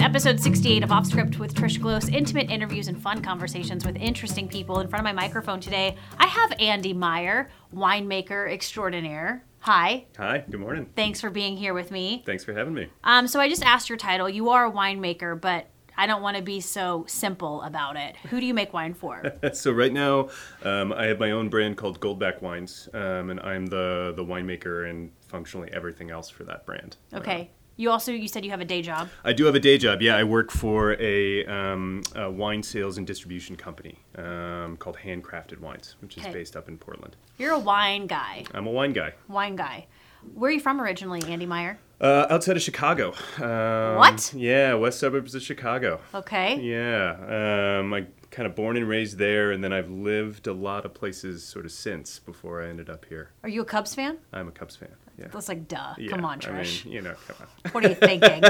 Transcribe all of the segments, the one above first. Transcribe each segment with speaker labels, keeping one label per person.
Speaker 1: episode 68 of Off Script with Trish Glos, intimate interviews and fun conversations with interesting people. In front of my microphone today, I have Andy Meyer, winemaker extraordinaire. Hi,
Speaker 2: Hi, good morning.
Speaker 1: thanks for being here with me.
Speaker 2: Thanks for having me.
Speaker 1: Um, so I just asked your title. You are a winemaker, but I don't want to be so simple about it. Who do you make wine for?
Speaker 2: So right now, um, I have my own brand called Goldback Wines, um, and I'm the the winemaker and functionally everything else for that brand.
Speaker 1: Okay. You also you said you have a day job.
Speaker 2: I do have a day job. Yeah, I work for a, um, a wine sales and distribution company um, called Handcrafted Wines, which is
Speaker 1: Okay.
Speaker 2: based up in Portland.
Speaker 1: You're a wine guy.
Speaker 2: I'm a wine guy.
Speaker 1: Wine guy. Where are you from originally, Andy Meyer?
Speaker 2: Uh, outside of Chicago. Um,
Speaker 1: What?
Speaker 2: Yeah, west suburbs of Chicago.
Speaker 1: Okay.
Speaker 2: Yeah, um, I kind of born and raised there, and then I've lived a lot of places sort of since before I ended up here.
Speaker 1: Are you a Cubs fan?
Speaker 2: I'm a Cubs fan. Yeah.
Speaker 1: That's like duh.
Speaker 2: Yeah,
Speaker 1: Come on,
Speaker 2: I mean,
Speaker 1: Trish.
Speaker 2: you know, come on.
Speaker 1: What are you thinking?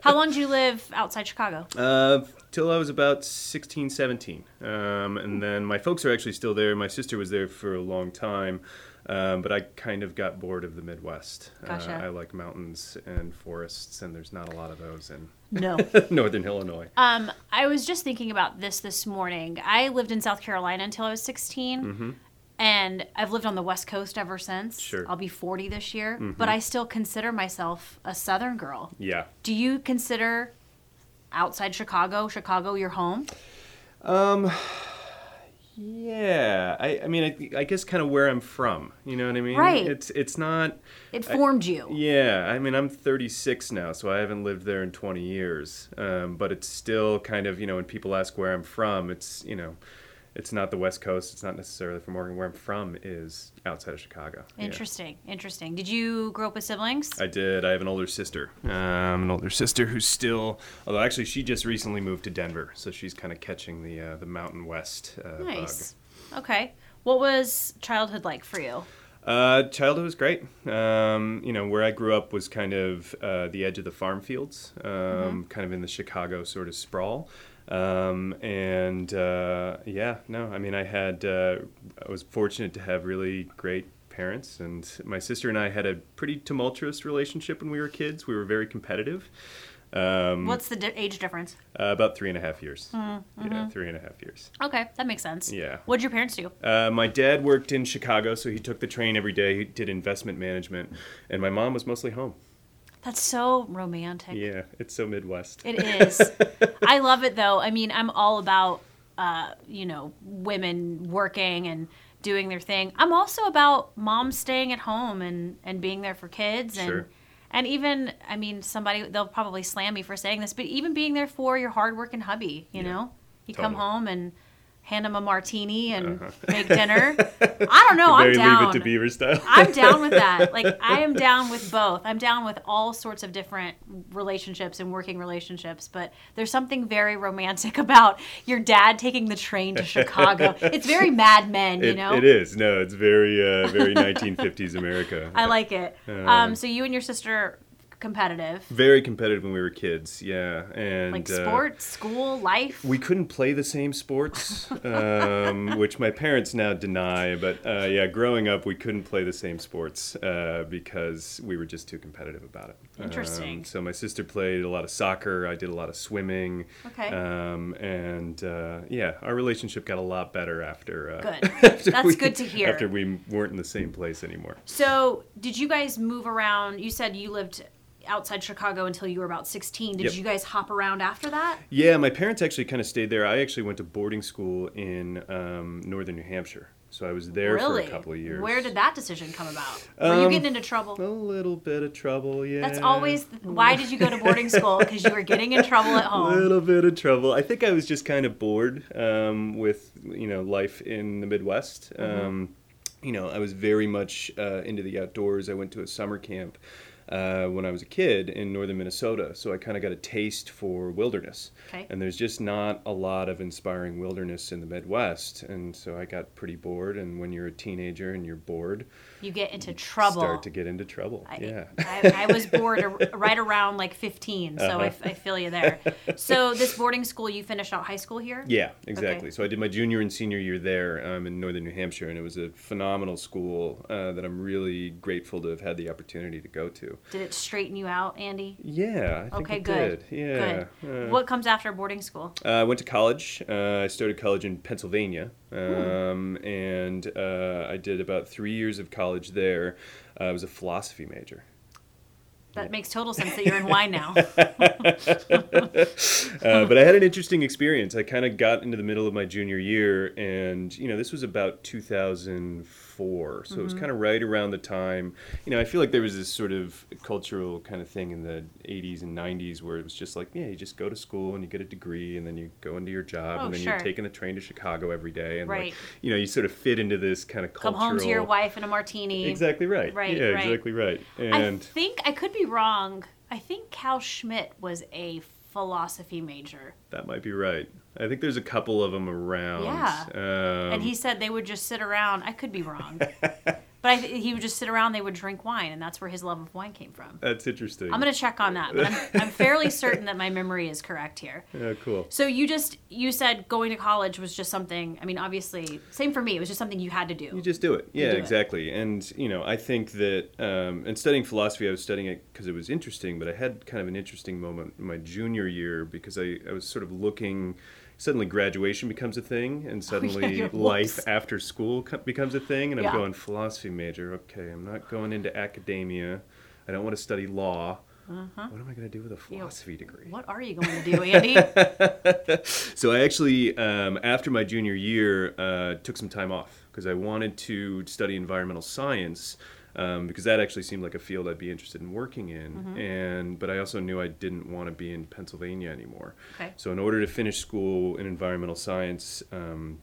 Speaker 1: How long did you live outside Chicago?
Speaker 2: Uh, till I was about 16, 17. Um, and then my folks are actually still there. My sister was there for a long time, um, but I kind of got bored of the Midwest.
Speaker 1: Gotcha.
Speaker 2: Uh, I like mountains and forests, and there's not a lot of those in
Speaker 1: No.
Speaker 2: northern Illinois.
Speaker 1: Um, I was just thinking about this this morning. I lived in South Carolina until I was 16, and I've lived on the West Coast ever since.
Speaker 2: Mm-hmm. Sure. Mm-hmm.
Speaker 1: I'll be 40 this year, but I still consider myself a Southern girl.
Speaker 2: yeah.
Speaker 1: Do you consider outside Chicago, Chicago your home?
Speaker 2: Yeah, I, I mean, I, I guess kind of where I'm from. You know what I mean?
Speaker 1: Right.
Speaker 2: It's it's not.
Speaker 1: It formed you.
Speaker 2: Yeah, I mean, I'm 36 now, so I haven't lived there in 20 years. Um, but it's still kind of you know when people ask where I'm from, it's you know, it's not the West Coast. It's not necessarily from Oregon. Where I'm from is outside of Chicago. Yeah.
Speaker 1: Interesting, interesting. Did you grow up with siblings?
Speaker 2: I did. I have an older sister. Um, an older sister who's still, although actually she just recently moved to Denver, so she's kind of catching the uh, the Mountain West uh, bug.
Speaker 1: nice. Okay. What was childhood like for you?
Speaker 2: Uh, childhood was great. Um, you know, where I grew up was kind of uh, the edge of the farm fields, um, kind of in the Chicago sort of sprawl. Um, and uh, yeah, no, I mean, I had, uh, I was fortunate to have really great parents. And my sister and I had a pretty tumultuous relationship when we were kids. We were very competitive. Um,
Speaker 1: What's the di- age difference?
Speaker 2: uh, about three and a half years. Yeah, three and a half years.
Speaker 1: Okay, that makes sense.
Speaker 2: Yeah.
Speaker 1: What'd your parents do?
Speaker 2: Uh, my dad worked in Chicago, so he took the train every day. He did investment management, and my mom was mostly home.
Speaker 1: That's so romantic.
Speaker 2: Yeah, it's so Midwest.
Speaker 1: It is. I love it though. I mean, I'm all about uh, you know women working and doing their thing. I'm also about moms staying at home and and being there for kids and.
Speaker 2: Sure.
Speaker 1: And even, I mean, somebody they'll probably slam me for saying this, but even being there for your hardworking hubby, you
Speaker 2: Yeah.
Speaker 1: know, you come
Speaker 2: Totally.
Speaker 1: home and hand him a martini and make dinner. I don't know. I'm
Speaker 2: Very
Speaker 1: down.
Speaker 2: Leave It to Beaver style.
Speaker 1: I'm down with that. Like I am down with both. I'm down with all sorts of different relationships and working relationships, but there's something very romantic about your dad taking the train to Chicago. It's very Mad Men, you
Speaker 2: It-
Speaker 1: know.
Speaker 2: it is. No, it's very, uh, very 1950s America.
Speaker 1: I like it. Um, so you and your sister competitive,
Speaker 2: very competitive when we were kids. Yeah, and
Speaker 1: like
Speaker 2: uh,
Speaker 1: sports, school, life.
Speaker 2: we couldn't play the same sports, um, which my parents now deny. But uh, yeah, growing up, we couldn't play the same sports uh, because we were just too competitive about it.
Speaker 1: Interesting.
Speaker 2: Um, so my sister played a lot of soccer. I did a lot of swimming.
Speaker 1: Okay.
Speaker 2: Um, and uh, yeah, our relationship got a lot better after. Uh,
Speaker 1: Good.
Speaker 2: after
Speaker 1: That's
Speaker 2: we-
Speaker 1: good to hear.
Speaker 2: After we weren't in the same place anymore.
Speaker 1: So, did you guys move around? You said you lived outside Chicago until you were about 16. Did
Speaker 2: Yep.
Speaker 1: you guys hop around after that?
Speaker 2: Yeah, my parents actually kind of stayed there. I actually went to boarding school in um, northern New Hampshire. So I was there
Speaker 1: really?
Speaker 2: for a couple of years.
Speaker 1: Where did that decision come about? Were you
Speaker 2: Um,
Speaker 1: getting into trouble?
Speaker 2: A little bit of trouble, yeah.
Speaker 1: That's always th- why did you go to boarding school? Because you were getting in trouble at
Speaker 2: a
Speaker 1: home.
Speaker 2: little bit of trouble. I think I was just kind of bored um, with you know life in the Midwest.
Speaker 1: Mm-hmm.
Speaker 2: Um, you know, I was very much uh, into the outdoors. I went to a summer camp uh, when I was a kid in northern Minnesota, so I kind of got a taste for wilderness.
Speaker 1: Okay.
Speaker 2: And there's just not a lot of inspiring wilderness in the Midwest, and so I got pretty bored. And when you're a teenager and you're bored,
Speaker 1: You get into trouble.
Speaker 2: start to get into trouble. yeah.
Speaker 1: I, I was bored ar- right around like 15, so
Speaker 2: Uh-huh.
Speaker 1: I, f- I feel you there. So this boarding school, you finished out high school here.
Speaker 2: Yeah, exactly. So I did my junior and senior year there um, in northern New Hampshire, and it was a phenomenal school uh, that I'm really grateful to have had the opportunity to go to.
Speaker 1: Did it straighten you out, Andy?
Speaker 2: Yeah. I think
Speaker 1: Okay,
Speaker 2: it
Speaker 1: good.
Speaker 2: Did. Yeah.
Speaker 1: Good.
Speaker 2: Uh,
Speaker 1: what comes after boarding school?
Speaker 2: Uh, I went to college. Uh, I started college in Pennsylvania, um,
Speaker 1: Hmm.
Speaker 2: and uh, I did about three years of college there. Uh, I was a philosophy major.
Speaker 1: That makes total sense that you're in wine now.
Speaker 2: uh, but I had an interesting experience. I kind of got into the middle of my junior year, and you know, this was about 2004, so it
Speaker 1: Mm-hmm.
Speaker 2: was kind of right around the time. You know, I feel like there was this sort of cultural kind of thing in the 80s and 90s where it was just like, yeah, you just go to school and you get a degree, and then you go into your job,
Speaker 1: Oh,
Speaker 2: and then
Speaker 1: sure.
Speaker 2: you're taking the train to Chicago every day, and
Speaker 1: Right.
Speaker 2: like, you know, you sort of fit into this kind of
Speaker 1: Come
Speaker 2: cultural.
Speaker 1: home to your wife and a martini.
Speaker 2: Exactly right.
Speaker 1: Right,
Speaker 2: Yeah,
Speaker 1: right.
Speaker 2: exactly right.
Speaker 1: I
Speaker 2: And
Speaker 1: think I could be wrong. I think Cal Schmidt was a philosophy major,
Speaker 2: that might be right. I think there's a couple of them around.
Speaker 1: Yeah.
Speaker 2: Um,
Speaker 1: and he said they would just sit around. I could be wrong, but I th- he would just sit around. They would drink wine, and that's where his love of wine came from.
Speaker 2: That's interesting.
Speaker 1: I'm gonna check on that, but I'm, I'm fairly certain that my memory is correct here.
Speaker 2: Yeah, cool.
Speaker 1: So you just you said going to college was just something. I mean, obviously, same for me. It was just something you had to do.
Speaker 2: You just do it. Yeah,
Speaker 1: do it.
Speaker 2: exactly. And you know, I think that um, and studying philosophy, I was studying it because it was interesting. But I had kind of an interesting moment in my junior year because I, I was sort of looking. Suddenly, graduation becomes a thing, and suddenly
Speaker 1: Oh, you're-
Speaker 2: life
Speaker 1: whoops.
Speaker 2: after school co- becomes a thing. And
Speaker 1: Yeah.
Speaker 2: I'm going philosophy major. Okay, I'm not going into academia. I don't want to study law.
Speaker 1: Uh-huh.
Speaker 2: What am I going to do with a philosophy degree?
Speaker 1: what are you going to do, Andy?
Speaker 2: So I actually, um, after my junior year, uh, took some time off because I wanted to study environmental science um, because that actually seemed like a field I'd be interested in working in.
Speaker 1: Mm-hmm.
Speaker 2: And but I also knew I didn't want to be in Pennsylvania anymore.
Speaker 1: Okay.
Speaker 2: So in order to finish school in environmental science. Um,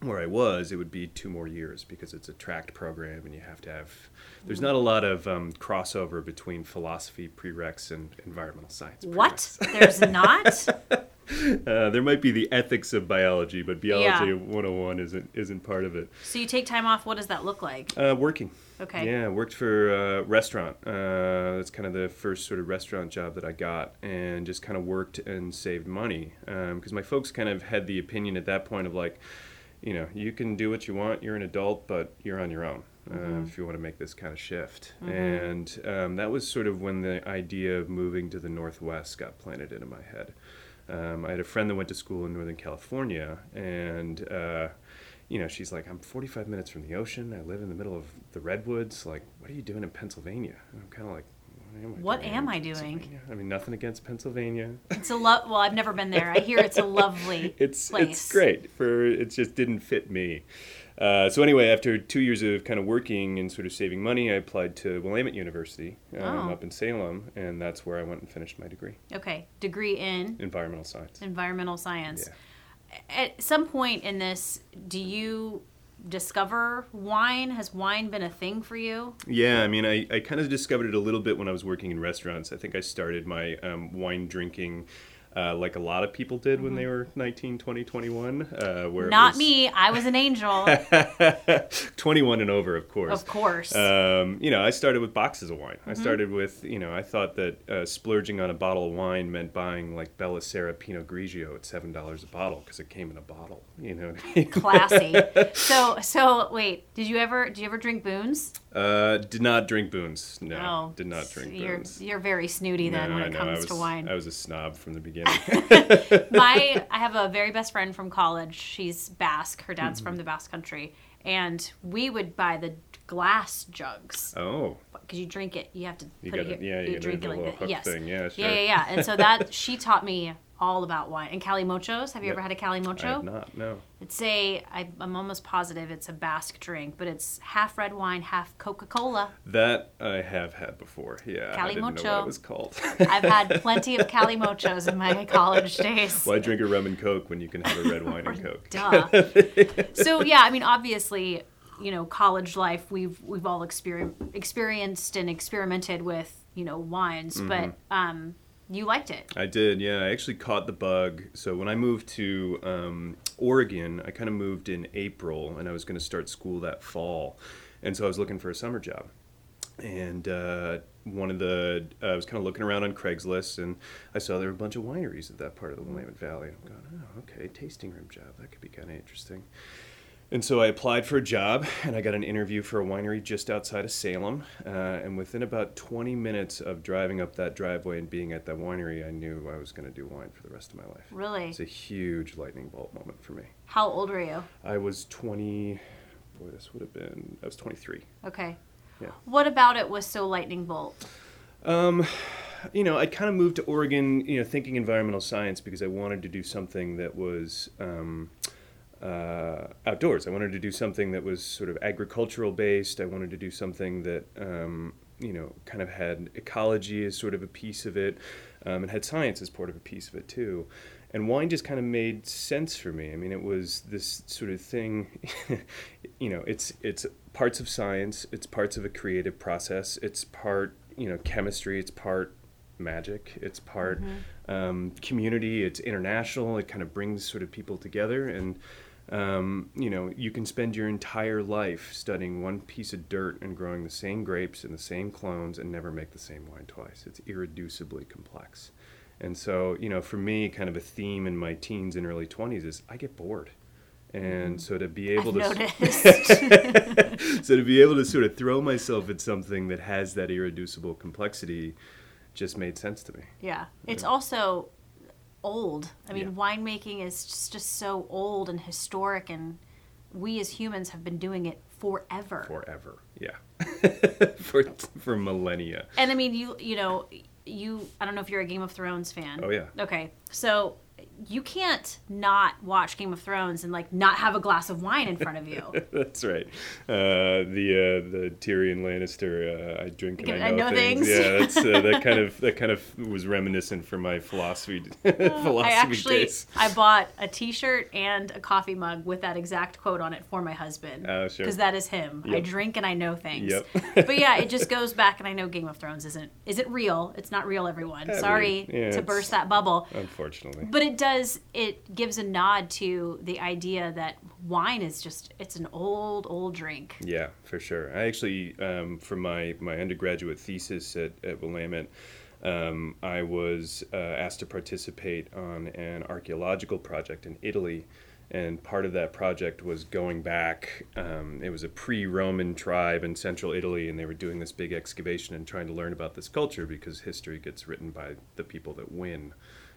Speaker 2: where I was, it would be two more years because it's a tracked program, and you have to have.
Speaker 1: Mm.
Speaker 2: There's not a lot of um, crossover between philosophy prereqs and environmental science. prereqs.
Speaker 1: what? There's not.
Speaker 2: Uh, there might be the ethics of biology, but biology
Speaker 1: Yeah.
Speaker 2: 101 isn't isn't part of it.
Speaker 1: So you take time off. What does that look like?
Speaker 2: Uh, working.
Speaker 1: Okay.
Speaker 2: Yeah, I worked for a restaurant. Uh, that's kind of the first sort of restaurant job that I got, and just kind of worked and saved money because my folks kind of had the opinion at that point of like, you know, you can do what you want. You're an adult, but you're on your own.
Speaker 1: Mm-hmm.
Speaker 2: Uh, if you want to make this kind of shift. And um, that was sort of when the idea of moving to the Northwest got planted into my head. Um, I had a friend that went to school in Northern California, and uh, you know, she's like, "I'm 45 minutes from the ocean. I live in the middle of the redwoods. Like, what are you doing in Pennsylvania?" And I'm kind of like, "What am I
Speaker 1: What
Speaker 2: doing?
Speaker 1: am
Speaker 2: in
Speaker 1: I doing?"
Speaker 2: Pennsylvania?" I mean, nothing against Pennsylvania.
Speaker 1: It's a lo- well. I've never been there. I hear it's a lovely
Speaker 2: it's
Speaker 1: place.
Speaker 2: it's great for it just didn't fit me. Uh, so anyway, after two years of kind of working and sort of saving money, I applied to Willamette University um,
Speaker 1: Oh.
Speaker 2: up in Salem, and that's where I went and finished my degree,
Speaker 1: Okay, degree in
Speaker 2: environmental science.
Speaker 1: environmental science.
Speaker 2: Yeah.
Speaker 1: At some point in this, do you discover wine? Has wine been a thing for you?
Speaker 2: Yeah, I mean, I, I kind of discovered it a little bit when I was working in restaurants. I think I started my um, wine drinking uh, like a lot of people did when they were 19, 20, 21. Uh, where it
Speaker 1: Mm-hmm. Not
Speaker 2: was
Speaker 1: me. I was an angel,
Speaker 2: 21 and over, of course.
Speaker 1: of course.
Speaker 2: Um, you know, I started with boxes of wine. I
Speaker 1: Mm-hmm.
Speaker 2: started with, you know, I thought that uh, splurging on a bottle of wine meant buying like Bellicera Pinot Grigio at $7 a bottle because it came in a bottle. You know what I mean?
Speaker 1: Classy. so so wait. Did you ever? Did you ever drink boons?
Speaker 2: Uh, did not drink Boons. No. did not drink
Speaker 1: Oh, You're
Speaker 2: Boons.
Speaker 1: you're very snooty then
Speaker 2: No,
Speaker 1: when
Speaker 2: I
Speaker 1: it
Speaker 2: know, I
Speaker 1: comes
Speaker 2: was,
Speaker 1: to wine.
Speaker 2: I was a snob from the beginning.
Speaker 1: my I have a very best friend from college. She's Basque. Her dad's
Speaker 2: Mm-hmm.
Speaker 1: from the Basque country, and we would buy the glass jugs
Speaker 2: oh.
Speaker 1: because you drink it. You have to
Speaker 2: You
Speaker 1: put
Speaker 2: gotta-
Speaker 1: it. here-
Speaker 2: yeah, you gotta
Speaker 1: drink
Speaker 2: do
Speaker 1: it
Speaker 2: the
Speaker 1: like
Speaker 2: little
Speaker 1: that.
Speaker 2: hook
Speaker 1: yes.
Speaker 2: thing. Yeah,
Speaker 1: Yeah,
Speaker 2: sure.
Speaker 1: yeah, yeah. And so that she taught me all about wine and calimochos. Have you ever had a calimocho?
Speaker 2: I have not, no.
Speaker 1: It's a I, I'm almost positive it's a Basque drink, but it's half red wine, half Coca-Cola.
Speaker 2: That I have had before. Yeah. I didn't know what
Speaker 1: Calimocho.
Speaker 2: it was called.
Speaker 1: I've had plenty of calimochos in my college days.
Speaker 2: Why drink a rum and coke when you can have a red wine and coke?
Speaker 1: Duh. so yeah, I mean, obviously, you know, college life we've we've all exper- experienced and experimented with you know wines,
Speaker 2: Mm-hmm.
Speaker 1: but um, you liked it.
Speaker 2: I did, yeah. I actually caught the bug. So when I moved to um, Oregon, I kind of moved in April, and I was going to start school that fall, and so I was looking for a summer job. And uh, one of the, I was kind of looking around on Craigslist, and I saw there were a bunch of wineries at that part of the Willamette Valley. And I'm going, oh, okay, tasting room job. That could be kind of interesting. And so I applied for a job, and I got an interview for a winery just outside of Salem. Uh, and within about 20 minutes of driving up that driveway and being at that winery, I knew I was going to do wine for the rest of my life.
Speaker 1: Really?
Speaker 2: It's a huge lightning bolt moment for me.
Speaker 1: How old were you?
Speaker 2: I was 20. Boy, this would have been. I was 23.
Speaker 1: Okay.
Speaker 2: Yeah.
Speaker 1: What about it was so lightning bolt?
Speaker 2: Um, you know, I kind of moved to Oregon, you know, thinking environmental science because I wanted to do something that was um, uh, outdoors. I wanted to do something that was sort of agricultural based. I wanted to do something that, um, you know, kind of had ecology as sort of a piece of it um, and had science as part of a piece of it too. And wine just kind of made sense for me. I mean, it was this sort of thing, you know, it's, it's parts of science, it's parts of a creative process, it's part, you know, chemistry, it's part magic. It's part um, community. It's international. It kind of brings sort of people together, and um, you know, you can spend your entire life studying one piece of dirt and growing the same grapes and the same clones and never make the same wine twice. It's irreducibly complex. And so, you know, for me, kind of a theme in my teens and early 20s is I get bored. And so to be able
Speaker 1: I've
Speaker 2: to
Speaker 1: noticed.
Speaker 2: so to be able to sort of throw myself at something that has that irreducible complexity just made sense to me.
Speaker 1: yeah. It's also old. I mean,
Speaker 2: Yeah.
Speaker 1: winemaking is just, just so old and historic, and we as humans have been doing it forever.
Speaker 2: Forever. Yeah. for for millennia.
Speaker 1: And I mean, you you know, you I don't know if you're a Game of Thrones fan.
Speaker 2: Oh, yeah.
Speaker 1: Okay, so you can't not watch Game of Thrones and like not have a glass of wine in front of you.
Speaker 2: That's right. Uh, the uh, the Tyrion Lannister. Uh, I drink and
Speaker 1: Again,
Speaker 2: I know, things. Yeah, that's, uh, that kind of that kind of was reminiscent for my philosophy philosophy
Speaker 1: Uh, I actually
Speaker 2: days.
Speaker 1: I bought a T-shirt and a coffee mug with that exact quote on it for my husband.
Speaker 2: Oh, sure.
Speaker 1: Because that is him. I
Speaker 2: Yep.
Speaker 1: drink and I know things.
Speaker 2: Yep.
Speaker 1: but yeah, it just goes back, and I know Game of Thrones isn't isn't real. It's not real, everyone.
Speaker 2: mean,
Speaker 1: Sorry
Speaker 2: yeah,
Speaker 1: to
Speaker 2: it's-
Speaker 1: burst that bubble.
Speaker 2: Unfortunately.
Speaker 1: But it does. It gives a nod to the idea that wine is just—it's an old, old drink.
Speaker 2: Yeah, for sure. I actually, um, for my, my undergraduate thesis at, at Willamette, um, I was uh, asked to participate on an archaeological project in Italy. And part of that project was going back. Um, it was a pre Roman tribe in central Italy, and they were doing this big excavation and trying to learn about this culture because history gets written by the people that win,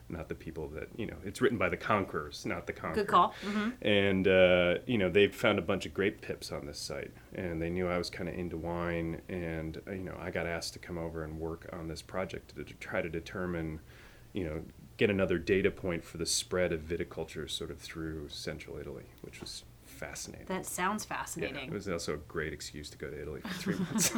Speaker 2: not the people that, you know, it's written by the conquerors, not the conquered.
Speaker 1: call.
Speaker 2: And uh, you know they found a bunch of grape pips on this site, and they knew I was kind of into wine, and uh, you know I got asked to come over and work on this project to, to try to determine, you know, get another data point for the spread of viticulture sort of through central Italy, which was fascinating.
Speaker 1: That sounds
Speaker 2: yeah,
Speaker 1: fascinating.
Speaker 2: it was also a great excuse to go to Italy for three months.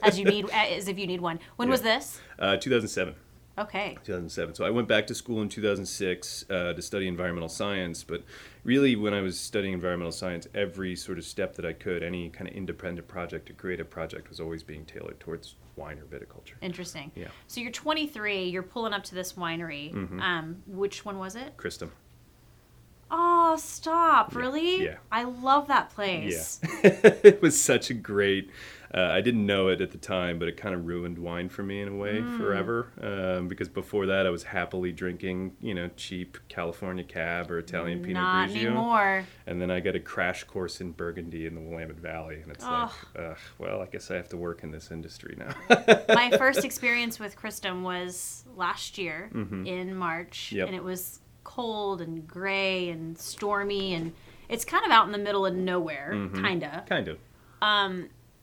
Speaker 1: as you need, as if you need one. When was
Speaker 2: Yeah.
Speaker 1: this?
Speaker 2: Uh, 2007.
Speaker 1: Okay.
Speaker 2: 2007. So I went back to school in 2006 uh, to study environmental science. But really, when I was studying environmental science, every sort of step that I could, any kind of independent project or creative project, was always being tailored towards wine or viticulture.
Speaker 1: Interesting.
Speaker 2: Yeah. Mm-hmm.
Speaker 1: So you're 23. You're pulling up to this winery. Um, which one was it?
Speaker 2: Kristen.
Speaker 1: Oh, stop! Really?
Speaker 2: Yeah.
Speaker 1: I love that place.
Speaker 2: it was such a great. Uh, I didn't know it at the time, but it kind of ruined wine for me in a way
Speaker 1: Mm.
Speaker 2: forever. Um, because before that, I was happily drinking, you know, cheap California Cab or Italian Pinot
Speaker 1: Not
Speaker 2: Grigio.
Speaker 1: anymore.
Speaker 2: and then I get a crash course in Burgundy in the Willamette Valley, and it's like, Ugh, well, I guess I have to work in this industry now.
Speaker 1: My first experience with Christum was last year in March,
Speaker 2: Mm-hmm. Yep.
Speaker 1: and it was cold and gray and stormy, and it's kind of out in the middle of nowhere,
Speaker 2: Mm-hmm.
Speaker 1: kinda.
Speaker 2: kind of.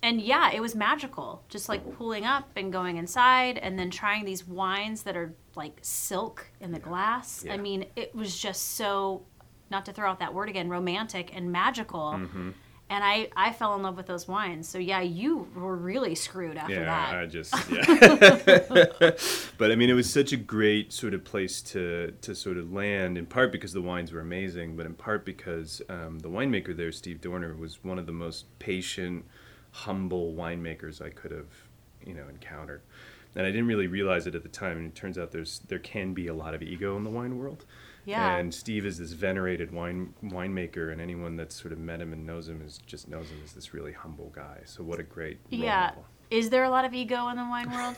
Speaker 1: and yeah, it was magical. Just like pulling up and going inside and then trying these wines that are like silk in the glass. I
Speaker 2: Yeah.
Speaker 1: mean, it was just so not to throw out that word again, romantic and magical.
Speaker 2: Mm-hmm.
Speaker 1: And I, I fell in love with those wines. So yeah, you were really screwed after
Speaker 2: Yeah,
Speaker 1: that.
Speaker 2: I just yeah. but I mean, it was such a great sort of place to to sort of land, in part because the wines were amazing, but in part because um, the winemaker there, Steve Dorner, was one of the most patient, humble winemakers I could have, you know, encountered. And I didn't really realize it at the time. And it turns out there's there can be a lot of ego in the wine world.
Speaker 1: Yeah.
Speaker 2: And Steve is this venerated wine winemaker, and anyone that's sort of met him and knows him is just knows him as this really humble guy. So what a great role
Speaker 1: yeah.
Speaker 2: model.
Speaker 1: Is there a lot of ego in the wine world?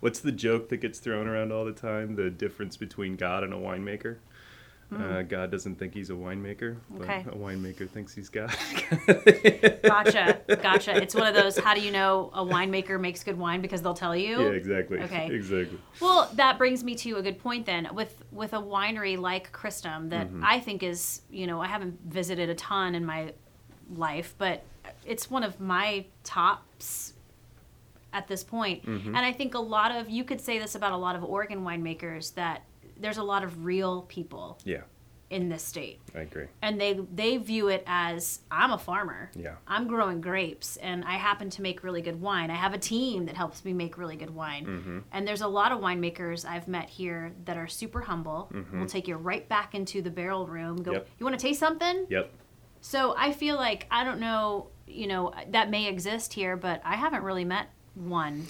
Speaker 2: What's the joke that gets thrown around all the time? The difference between God and a winemaker. Uh, God doesn't think he's a winemaker, but
Speaker 1: Hmm. Okay.
Speaker 2: a winemaker thinks he's God.
Speaker 1: Gotcha. Gotcha. It's one of those how do you know a winemaker makes good wine because they'll tell you?
Speaker 2: yeah, exactly.
Speaker 1: Okay.
Speaker 2: Exactly.
Speaker 1: Well, that brings me to a good point then. With with a winery like Christum that I think is, you know, I haven't visited a ton in my life, but it's one of my tops at this point. And I think a lot of you could say this about a lot of Oregon winemakers that there's a lot of real people
Speaker 2: Yeah,
Speaker 1: in this state
Speaker 2: I agree.
Speaker 1: and they they view it as I'm a farmer.
Speaker 2: Yeah.
Speaker 1: I'm growing grapes and I happen to make really good wine. I have a team that helps me make really good wine.
Speaker 2: Mm-hmm.
Speaker 1: And there's a lot of winemakers I've met here that are super humble. Will take you right back into the barrel room. Go,
Speaker 2: Mm-hmm. Yep.
Speaker 1: you want to taste something?
Speaker 2: Yep.
Speaker 1: So I feel like I don't know, you know, that may exist here, but I haven't really met one.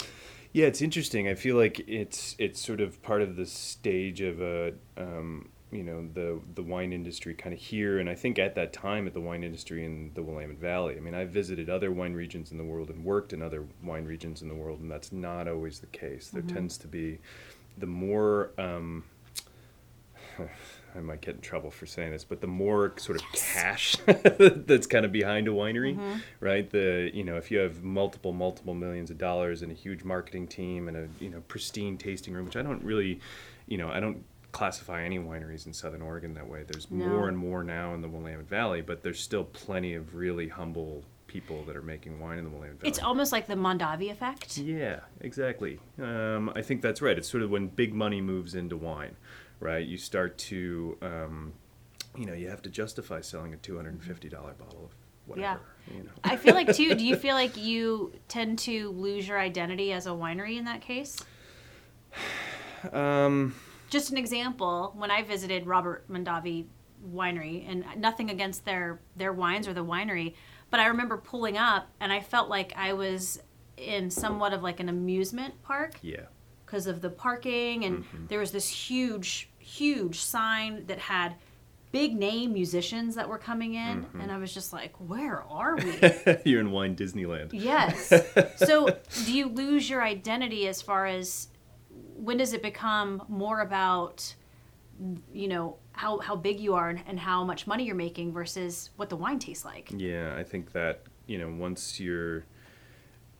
Speaker 2: Yeah, it's interesting. I feel like it's it's sort of part of the stage of a um, you know the the wine industry kind of here, and I think at that time at the wine industry in the Willamette Valley. I mean, I visited other wine regions in the world and worked in other wine regions in the world, and that's not always the case. There tends to be the more um, I might get in trouble for saying this, but the more sort of cash that's kind of behind a winery,
Speaker 1: Mm-hmm.
Speaker 2: right? The you know if you have multiple multiple millions of dollars and a huge marketing team and a you know pristine tasting room, which I don't really, you know, I don't classify any wineries in Southern Oregon that way. There's
Speaker 1: No.
Speaker 2: more and more now in the Willamette Valley, but there's still plenty of really humble people that are making wine in the Willamette Valley.
Speaker 1: It's almost like the Mondavi effect.
Speaker 2: Yeah, exactly. Um, I think that's right. It's sort of when big money moves into wine, right? You start to, um, you know, you have to justify selling a two hundred and fifty dollar bottle of whatever. You know.
Speaker 1: I feel like too. Do you feel like you tend to lose your identity as a winery in that case?
Speaker 2: Um,
Speaker 1: Just an example. When I visited Robert Mondavi Winery, and nothing against their their wines or the winery, but I remember pulling up and I felt like I was in somewhat of like an amusement park
Speaker 2: yeah.
Speaker 1: because of the parking and there was this huge huge sign that had big name musicians that were coming in and I was just like where are we
Speaker 2: You're in wine Disneyland.
Speaker 1: Yes. so, do you lose your identity as far as when does it become more about, you know, how, how big you are and, and how much money you're making versus what the wine tastes like?
Speaker 2: Yeah, I think that you know once you're.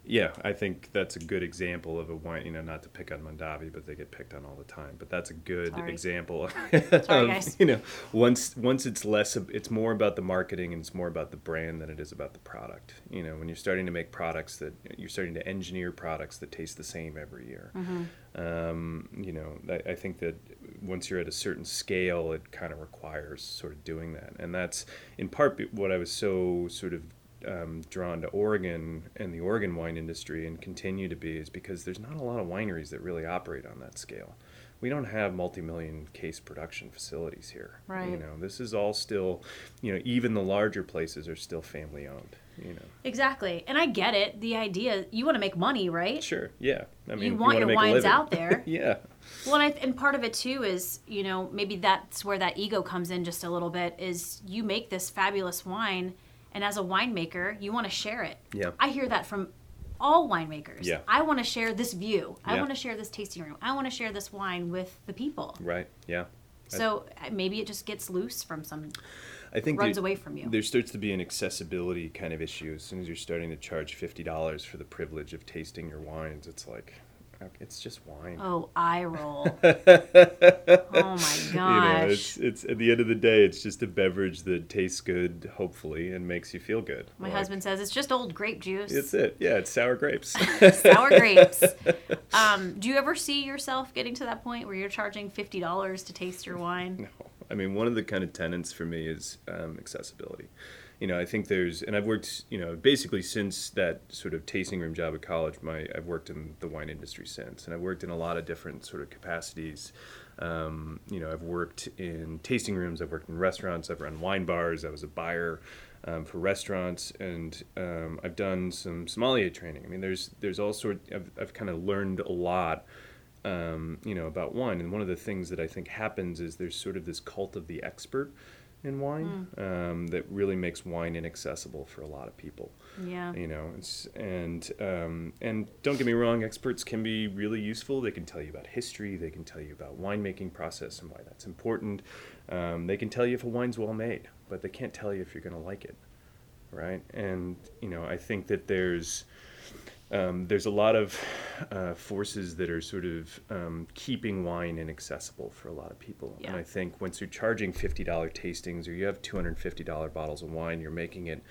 Speaker 2: Yeah, I think that's a good example of a wine. You know, not to pick on Mondavi, but they get picked on all the time. But that's a good
Speaker 1: Sorry.
Speaker 2: example
Speaker 1: Sorry,
Speaker 2: of,
Speaker 1: guys.
Speaker 2: you know once once it's less ab- it's more about the marketing and it's more about the brand than it is about the product you know when you're starting to make products that you're starting to engineer products that taste the same every year
Speaker 1: Mm-hmm.
Speaker 2: um, you know I, I think that once you're at a certain scale it kind of requires sort of doing that and that's in part be- what i was so sort of um, drawn to Oregon and the Oregon wine industry and continue to be is because there's not a lot of wineries that really operate on that scale. We don't have multi-million case production facilities here. You
Speaker 1: Right.
Speaker 2: know, this is all still, you know, even the larger places are still family owned. You know,
Speaker 1: Exactly. And I get it. The idea, you want to make money, right?
Speaker 2: sure, yeah. I mean,
Speaker 1: want
Speaker 2: wanna
Speaker 1: your
Speaker 2: make a
Speaker 1: wines
Speaker 2: living.
Speaker 1: out there.
Speaker 2: yeah,
Speaker 1: Well, and, I, and part of it too is, you know, maybe that's where that ego comes in just a little bit is you make this fabulous wine, and as a winemaker, you want to share it.
Speaker 2: Yeah.
Speaker 1: I hear that from all winemakers.
Speaker 2: Yeah.
Speaker 1: I want to share this view. I
Speaker 2: Yeah.
Speaker 1: want to share this tasting room. I want to share this wine with the people.
Speaker 2: right, yeah. I-
Speaker 1: So uh, maybe it just gets loose from some.
Speaker 2: I think
Speaker 1: runs
Speaker 2: that
Speaker 1: away from you.
Speaker 2: There starts to be an accessibility kind of issue as soon as you're starting to charge fifty dollars for the privilege of tasting your wines. It's like, it's just wine.
Speaker 1: Oh, eye roll. oh my gosh.
Speaker 2: you know, it's, it's at the end of the day, it's just a beverage that tastes good, hopefully, and makes you feel good.
Speaker 1: my
Speaker 2: Like,
Speaker 1: husband says it's just old grape juice.
Speaker 2: It's it. Yeah, it's sour grapes.
Speaker 1: sour grapes. Um, do you ever see yourself getting to that point where you're charging fifty dollars to taste your wine?
Speaker 2: I mean, one of the kind of tenets for me is um, accessibility. You know, I think there's, and I've worked, you know, basically since that sort of tasting room job at college, my I've worked in the wine industry since, and I've worked in a lot of different sort of capacities. Um, you know, I've worked in tasting rooms, I've worked in restaurants, I've run wine bars, I was a buyer um, for restaurants, and um, I've done some sommelier training. I mean, there's there's all sort. I've, I've kind of learned a lot um, you know, about wine. And one of the things that I think happens is there's sort of this cult of the expert. in wine um, that really makes wine inaccessible for a lot of people.
Speaker 1: Yeah.
Speaker 2: You know, it's, and um, and don't get me wrong, experts can be really useful. They can tell you about history. They can tell you about winemaking process and why that's important. Um, they can tell you if a wine's well made, but they can't tell you if you're going to like it, right? And you know, I think that there's um, there's a lot of uh, forces that are sort of um, keeping wine inaccessible for a lot of people.
Speaker 1: Yeah.
Speaker 2: And I think once you're charging $50 tastings or you have $250 bottles of wine, you're making it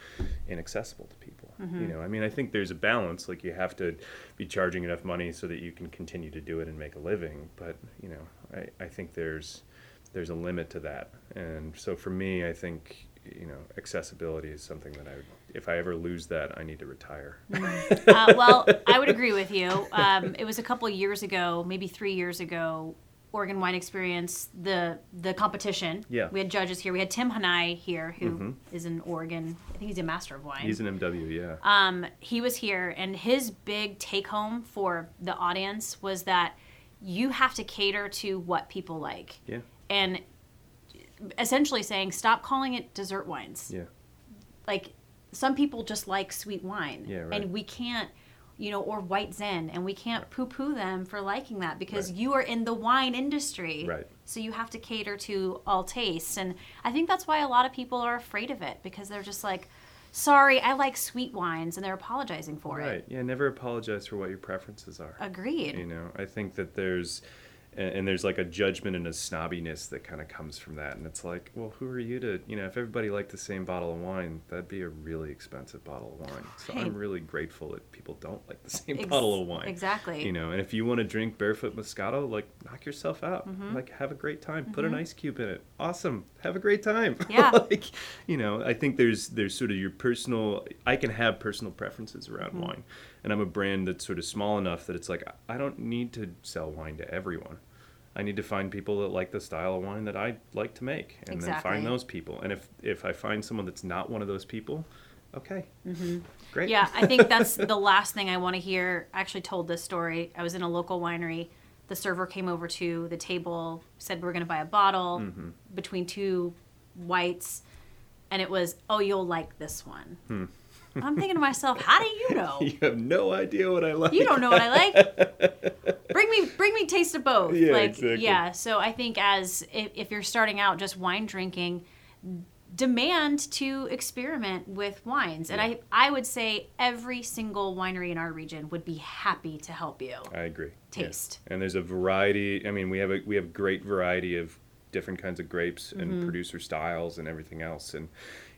Speaker 2: inaccessible to people. You know, I mean, I think there's a balance. Like you have to be charging enough money so that you can continue to do it and make a living. But, you know, I, I think there's there's a limit to that. And so for me, I think, you know, accessibility is something that I would, if I ever lose that, I need to retire.
Speaker 1: uh, well, I would agree with you. Um, it was a couple years ago, maybe three years ago. Oregon Wine Experience, the the competition.
Speaker 2: Yeah. Mm-hmm.
Speaker 1: We had judges here. We had Tim Hanai here, who is an Oregon. I think he's a master of wine.
Speaker 2: He's an MW, yeah.
Speaker 1: um, he was here, and his big take home for the audience was that you have to cater to what people like,
Speaker 2: yeah.
Speaker 1: and essentially saying stop calling it dessert wines.
Speaker 2: Yeah.
Speaker 1: Like some people just like sweet wine,
Speaker 2: Yeah, right.
Speaker 1: and we can't, you know, or white zen, and we can't poo poo them for liking that because
Speaker 2: Right.
Speaker 1: you are in the wine industry,
Speaker 2: Right.
Speaker 1: So you have to cater to all tastes, and I think that's why a lot of people are afraid of it because they're just like. Sorry, I like sweet wines, and they're apologizing for it.
Speaker 2: Right. Yeah, never apologize for what your preferences are.
Speaker 1: Agreed.
Speaker 2: You know, I think that there's and and there's like a judgment and a snobbiness that kind of comes from that and it's like, well, who are you to, you know, if everybody liked the same bottle of wine, that'd be a really expensive bottle of wine. So
Speaker 1: Right.
Speaker 2: I'm really grateful that people don't like the same
Speaker 1: Ex-
Speaker 2: bottle of wine.
Speaker 1: exactly.
Speaker 2: You know, and if you want to drink barefoot Moscato, like knock yourself out.
Speaker 1: Mm-hmm.
Speaker 2: Like have a great time. Put an ice cube in it. Awesome. Have a great time.
Speaker 1: Yeah.
Speaker 2: like, you know, I think there's there's sort of your personal. I can have personal preferences around
Speaker 1: Mm-hmm.
Speaker 2: wine, and I'm a brand that's sort of small enough that it's like I- I don't need to sell wine to everyone. I need to find people that like the style of wine that I like to make, and then
Speaker 1: Exactly.
Speaker 2: find those people. And if if I find someone that's not one of those people, okay, great.
Speaker 1: Mm-hmm. Yeah, I think that's the last thing I want to hear. I actually told this story. I was in a local winery. The server came over to the table, said we're going to buy a bottle between two whites, and it was, "Oh, you'll like this one." I'm thinking to myself, "How do you know?
Speaker 2: You have no idea what I like.
Speaker 1: You don't know what I like. bring me, bring me taste of both.
Speaker 2: Yeah,
Speaker 1: like,
Speaker 2: exactly.
Speaker 1: yeah. So I think as if, if you're starting out just wine drinking, demand to experiment with wines, and I I would say every single winery in our region would be happy to help you.
Speaker 2: I agree. Yeah.
Speaker 1: Taste.
Speaker 2: And there's a variety. I mean, we have a we have great variety of different kinds of grapes and
Speaker 1: Mm-hmm.
Speaker 2: producer styles and everything else. And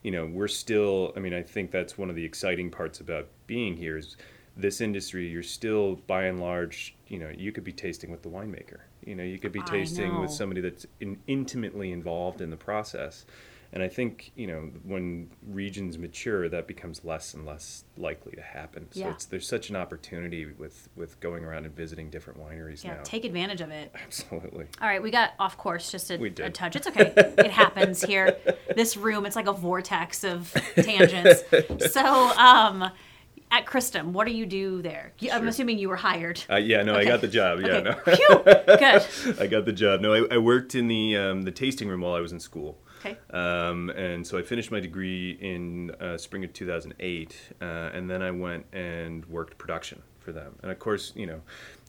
Speaker 2: you know, we're still. I mean, I think that's one of the exciting parts about being here is this industry. You're still by and large. You know, you could be tasting with the winemaker. You know, you could be
Speaker 1: I
Speaker 2: tasting with
Speaker 1: know.
Speaker 2: somebody that's in, intimately involved in the process. And I think you know when regions mature, that becomes less and less likely to happen. So
Speaker 1: Yeah.
Speaker 2: it's there's such an opportunity with with going around and visiting different wineries
Speaker 1: Yeah,
Speaker 2: now.
Speaker 1: take advantage of it.
Speaker 2: Absolutely.
Speaker 1: All right, we got off course just a,
Speaker 2: We
Speaker 1: a
Speaker 2: did.
Speaker 1: touch. It's okay. it happens here. This room, it's like a vortex of tangents. so, um, at Christum, what do you do there? You- I'm
Speaker 2: Sure.
Speaker 1: assuming you were hired.
Speaker 2: Uh, yeah, no, I
Speaker 1: Okay.
Speaker 2: got the job. Yeah, no.
Speaker 1: okay. Phew. Good.
Speaker 2: I got the job. No, I, I worked in the um, the tasting room while I was in school.
Speaker 1: Okay.
Speaker 2: Um, and so I finished my degree in uh, spring of 2008, uh, and then I went and worked production for them. And of course, you know,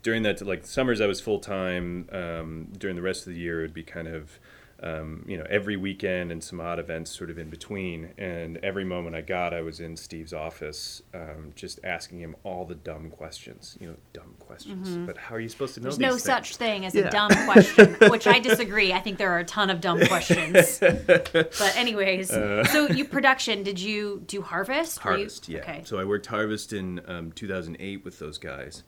Speaker 2: during that like summers I was full time. Um, during the rest of the year, it would be kind of um, you know every weekend and some odd events sort of in between. And every moment I got, I was in Steve's office, um, just asking him all the dumb questions. You know, dumb questions. But how are you supposed to know
Speaker 1: Mm-hmm. There's
Speaker 2: these
Speaker 1: no
Speaker 2: things?
Speaker 1: such thing as
Speaker 2: Yeah.
Speaker 1: a dumb question, which I disagree. I think there are a ton of dumb questions. but anyways, so you production? Did you do harvest? Were you-
Speaker 2: Uh. Harvest, yeah.
Speaker 1: Okay.
Speaker 2: So I worked Harvest in um, 2008 with those guys.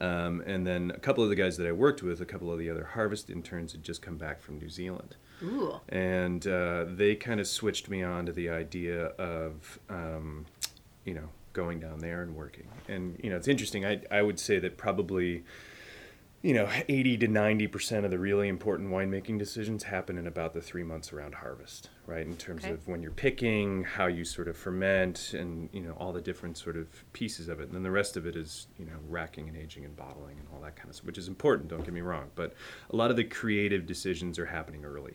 Speaker 2: Um, and then a couple of the guys that I worked with, a couple of the other Harvest interns had just come back from New Zealand.
Speaker 1: Ooh.
Speaker 2: And uh, they kind of switched me on to the idea of, um, you know, going down there and working. And, you know, it's interesting. I, I would say that probably, you know, 80 to 90% of the really important winemaking decisions happen in about the three months around harvest, right? In terms
Speaker 1: Okay.
Speaker 2: of when you're picking, how you sort of ferment, and, you know, all the different sort of pieces of it. And then the rest of it is, you know, racking and aging and bottling and all that kind of stuff, which is important, don't get me wrong. But a lot of the creative decisions are happening early.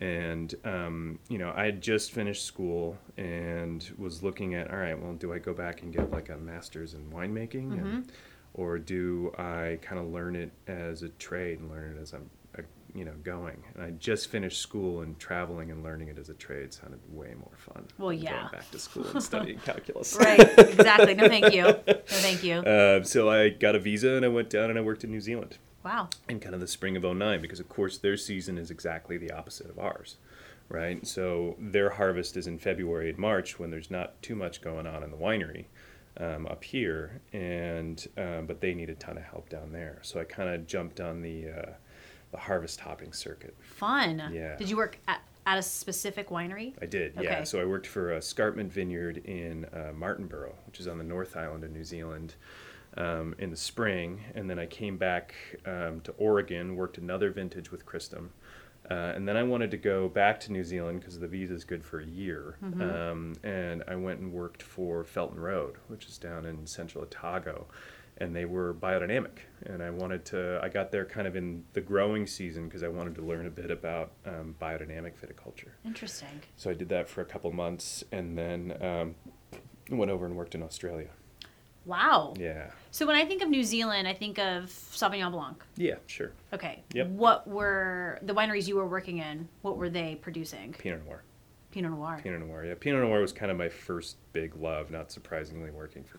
Speaker 2: And, um, you know, I had just finished school and was looking at, all right, well, do I go back and get like a master's in winemaking? And, or do I kind of learn it as a trade and learn it as I'm, uh, you know, going? And I just finished school and traveling and learning it as a trade sounded way more fun.
Speaker 1: Well,
Speaker 2: than
Speaker 1: yeah.
Speaker 2: Going back to school and studying calculus.
Speaker 1: Right. Exactly. No, thank you. No, thank you.
Speaker 2: Uh, so I got a visa and I went down and I worked in New Zealand
Speaker 1: Wow.
Speaker 2: in kind of the spring of 09 because of course their season is exactly the opposite of ours right so their harvest is in february and march when there's not too much going on in the winery um, up here and um, but they need a ton of help down there so i kind of jumped on the uh, the harvest hopping circuit
Speaker 1: Fun.
Speaker 2: Yeah.
Speaker 1: Did you work at, at a specific winery?
Speaker 2: I did, yeah.
Speaker 1: Okay.
Speaker 2: So I worked for a Scarpment Vineyard in uh, Martinborough, which is on the North Island of New Zealand, um, in the spring. And then I came back um, to Oregon, worked another vintage with Christum. Uh, and then I wanted to go back to New Zealand because the visa is good for a year. Um, and I went and worked for Felton Road, which is down in central Otago. And they were biodynamic. And I wanted to, I got there kind of in the growing season because I wanted to learn a bit about um, biodynamic viticulture.
Speaker 1: Interesting.
Speaker 2: So I did that for a couple months and then um, went over and worked in Australia.
Speaker 1: Wow.
Speaker 2: Yeah.
Speaker 1: So when I think of New Zealand, I think of Sauvignon Blanc.
Speaker 2: Yeah, sure.
Speaker 1: Okay.
Speaker 2: Yep.
Speaker 1: What were the wineries you were working in? What were they producing?
Speaker 2: Pinot Noir.
Speaker 1: Pinot Noir.
Speaker 2: Pinot Noir. Yeah, Pinot Noir was kind of my first big love, not surprisingly working for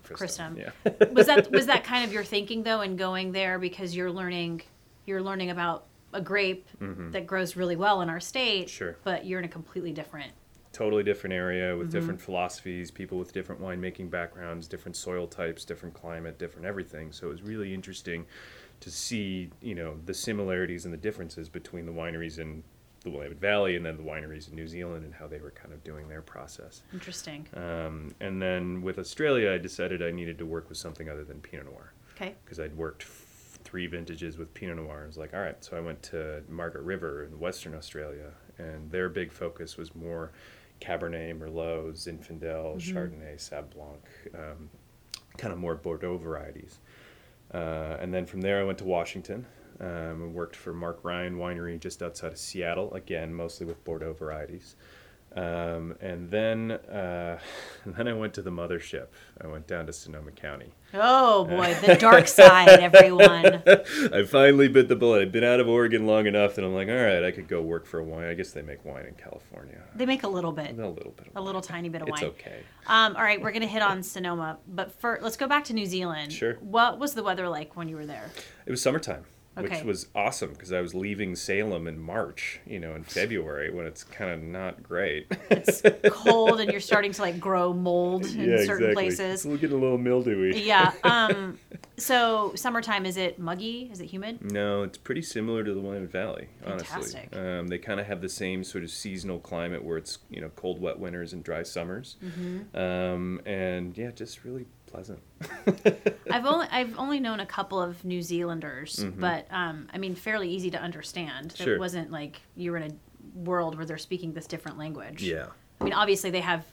Speaker 1: Christum.
Speaker 2: Christum. Yeah.
Speaker 1: was that was that kind of your thinking though in going there because you're learning you're learning about a grape that grows really well in our state
Speaker 2: Mm-hmm. Sure.
Speaker 1: but you're in a completely different
Speaker 2: totally different area with different philosophies, people with different winemaking backgrounds, different soil types, different climate, different everything. So it was really interesting to see, you know, the similarities and the differences between the wineries in the Willamette Valley and then the wineries in New Zealand and how they were kind of doing their process.
Speaker 1: interesting
Speaker 2: Um, and then with Australia, I decided I needed to work with something other than Pinot Noir
Speaker 1: okay
Speaker 2: because I'd worked f- three vintages with Pinot Noir. I was like, all right. So I went to Margaret River in Western Australia, and their big focus was more Cabernet, Merlot, Zinfandel, Chardonnay, Sauv Blanc, um, kind of more Bordeaux varieties. Uh, and then from there, I went to Washington um, and worked for Mark Ryan Winery just outside of Seattle, again, mostly with Bordeaux varieties. Um, and then, uh, then I went to the mothership. I went down to Sonoma County.
Speaker 1: oh boy the dark side everyone
Speaker 2: I finally bit the bullet. I've been out of Oregon long enough that I'm like, all right, I could go work for a wine. I guess they make wine in California.
Speaker 1: they make a little
Speaker 2: A
Speaker 1: bit
Speaker 2: little bit
Speaker 1: a
Speaker 2: of wine.
Speaker 1: little tiny bit of
Speaker 2: It's
Speaker 1: wine
Speaker 2: okay.
Speaker 1: um, all right we're gonna hit on sonoma but first let's go back to new zealand
Speaker 2: Sure.
Speaker 1: what was the weather like when you were there
Speaker 2: It was summertime, which
Speaker 1: Okay.
Speaker 2: was awesome because I was leaving Salem in March, you know, in February when it's kind of not great.
Speaker 1: it's cold and you're starting to like grow mold in certain places
Speaker 2: It's getting a little mildewy.
Speaker 1: yeah um so summertime is it muggy is it humid
Speaker 2: No, it's pretty similar to the Willamette Valley, honestly.
Speaker 1: Fantastic.
Speaker 2: Um, they kind of have the same sort of seasonal climate where it's you know cold, wet winters and dry summers,
Speaker 1: Mm-hmm.
Speaker 2: um, and yeah, just really pleasant.
Speaker 1: I've only I've only known a couple of New Zealanders, but um, I mean, fairly easy to understand.
Speaker 2: Mm-hmm. Sure.
Speaker 1: It wasn't like you were in a world where they're speaking this different language.
Speaker 2: Yeah,
Speaker 1: I mean, obviously they have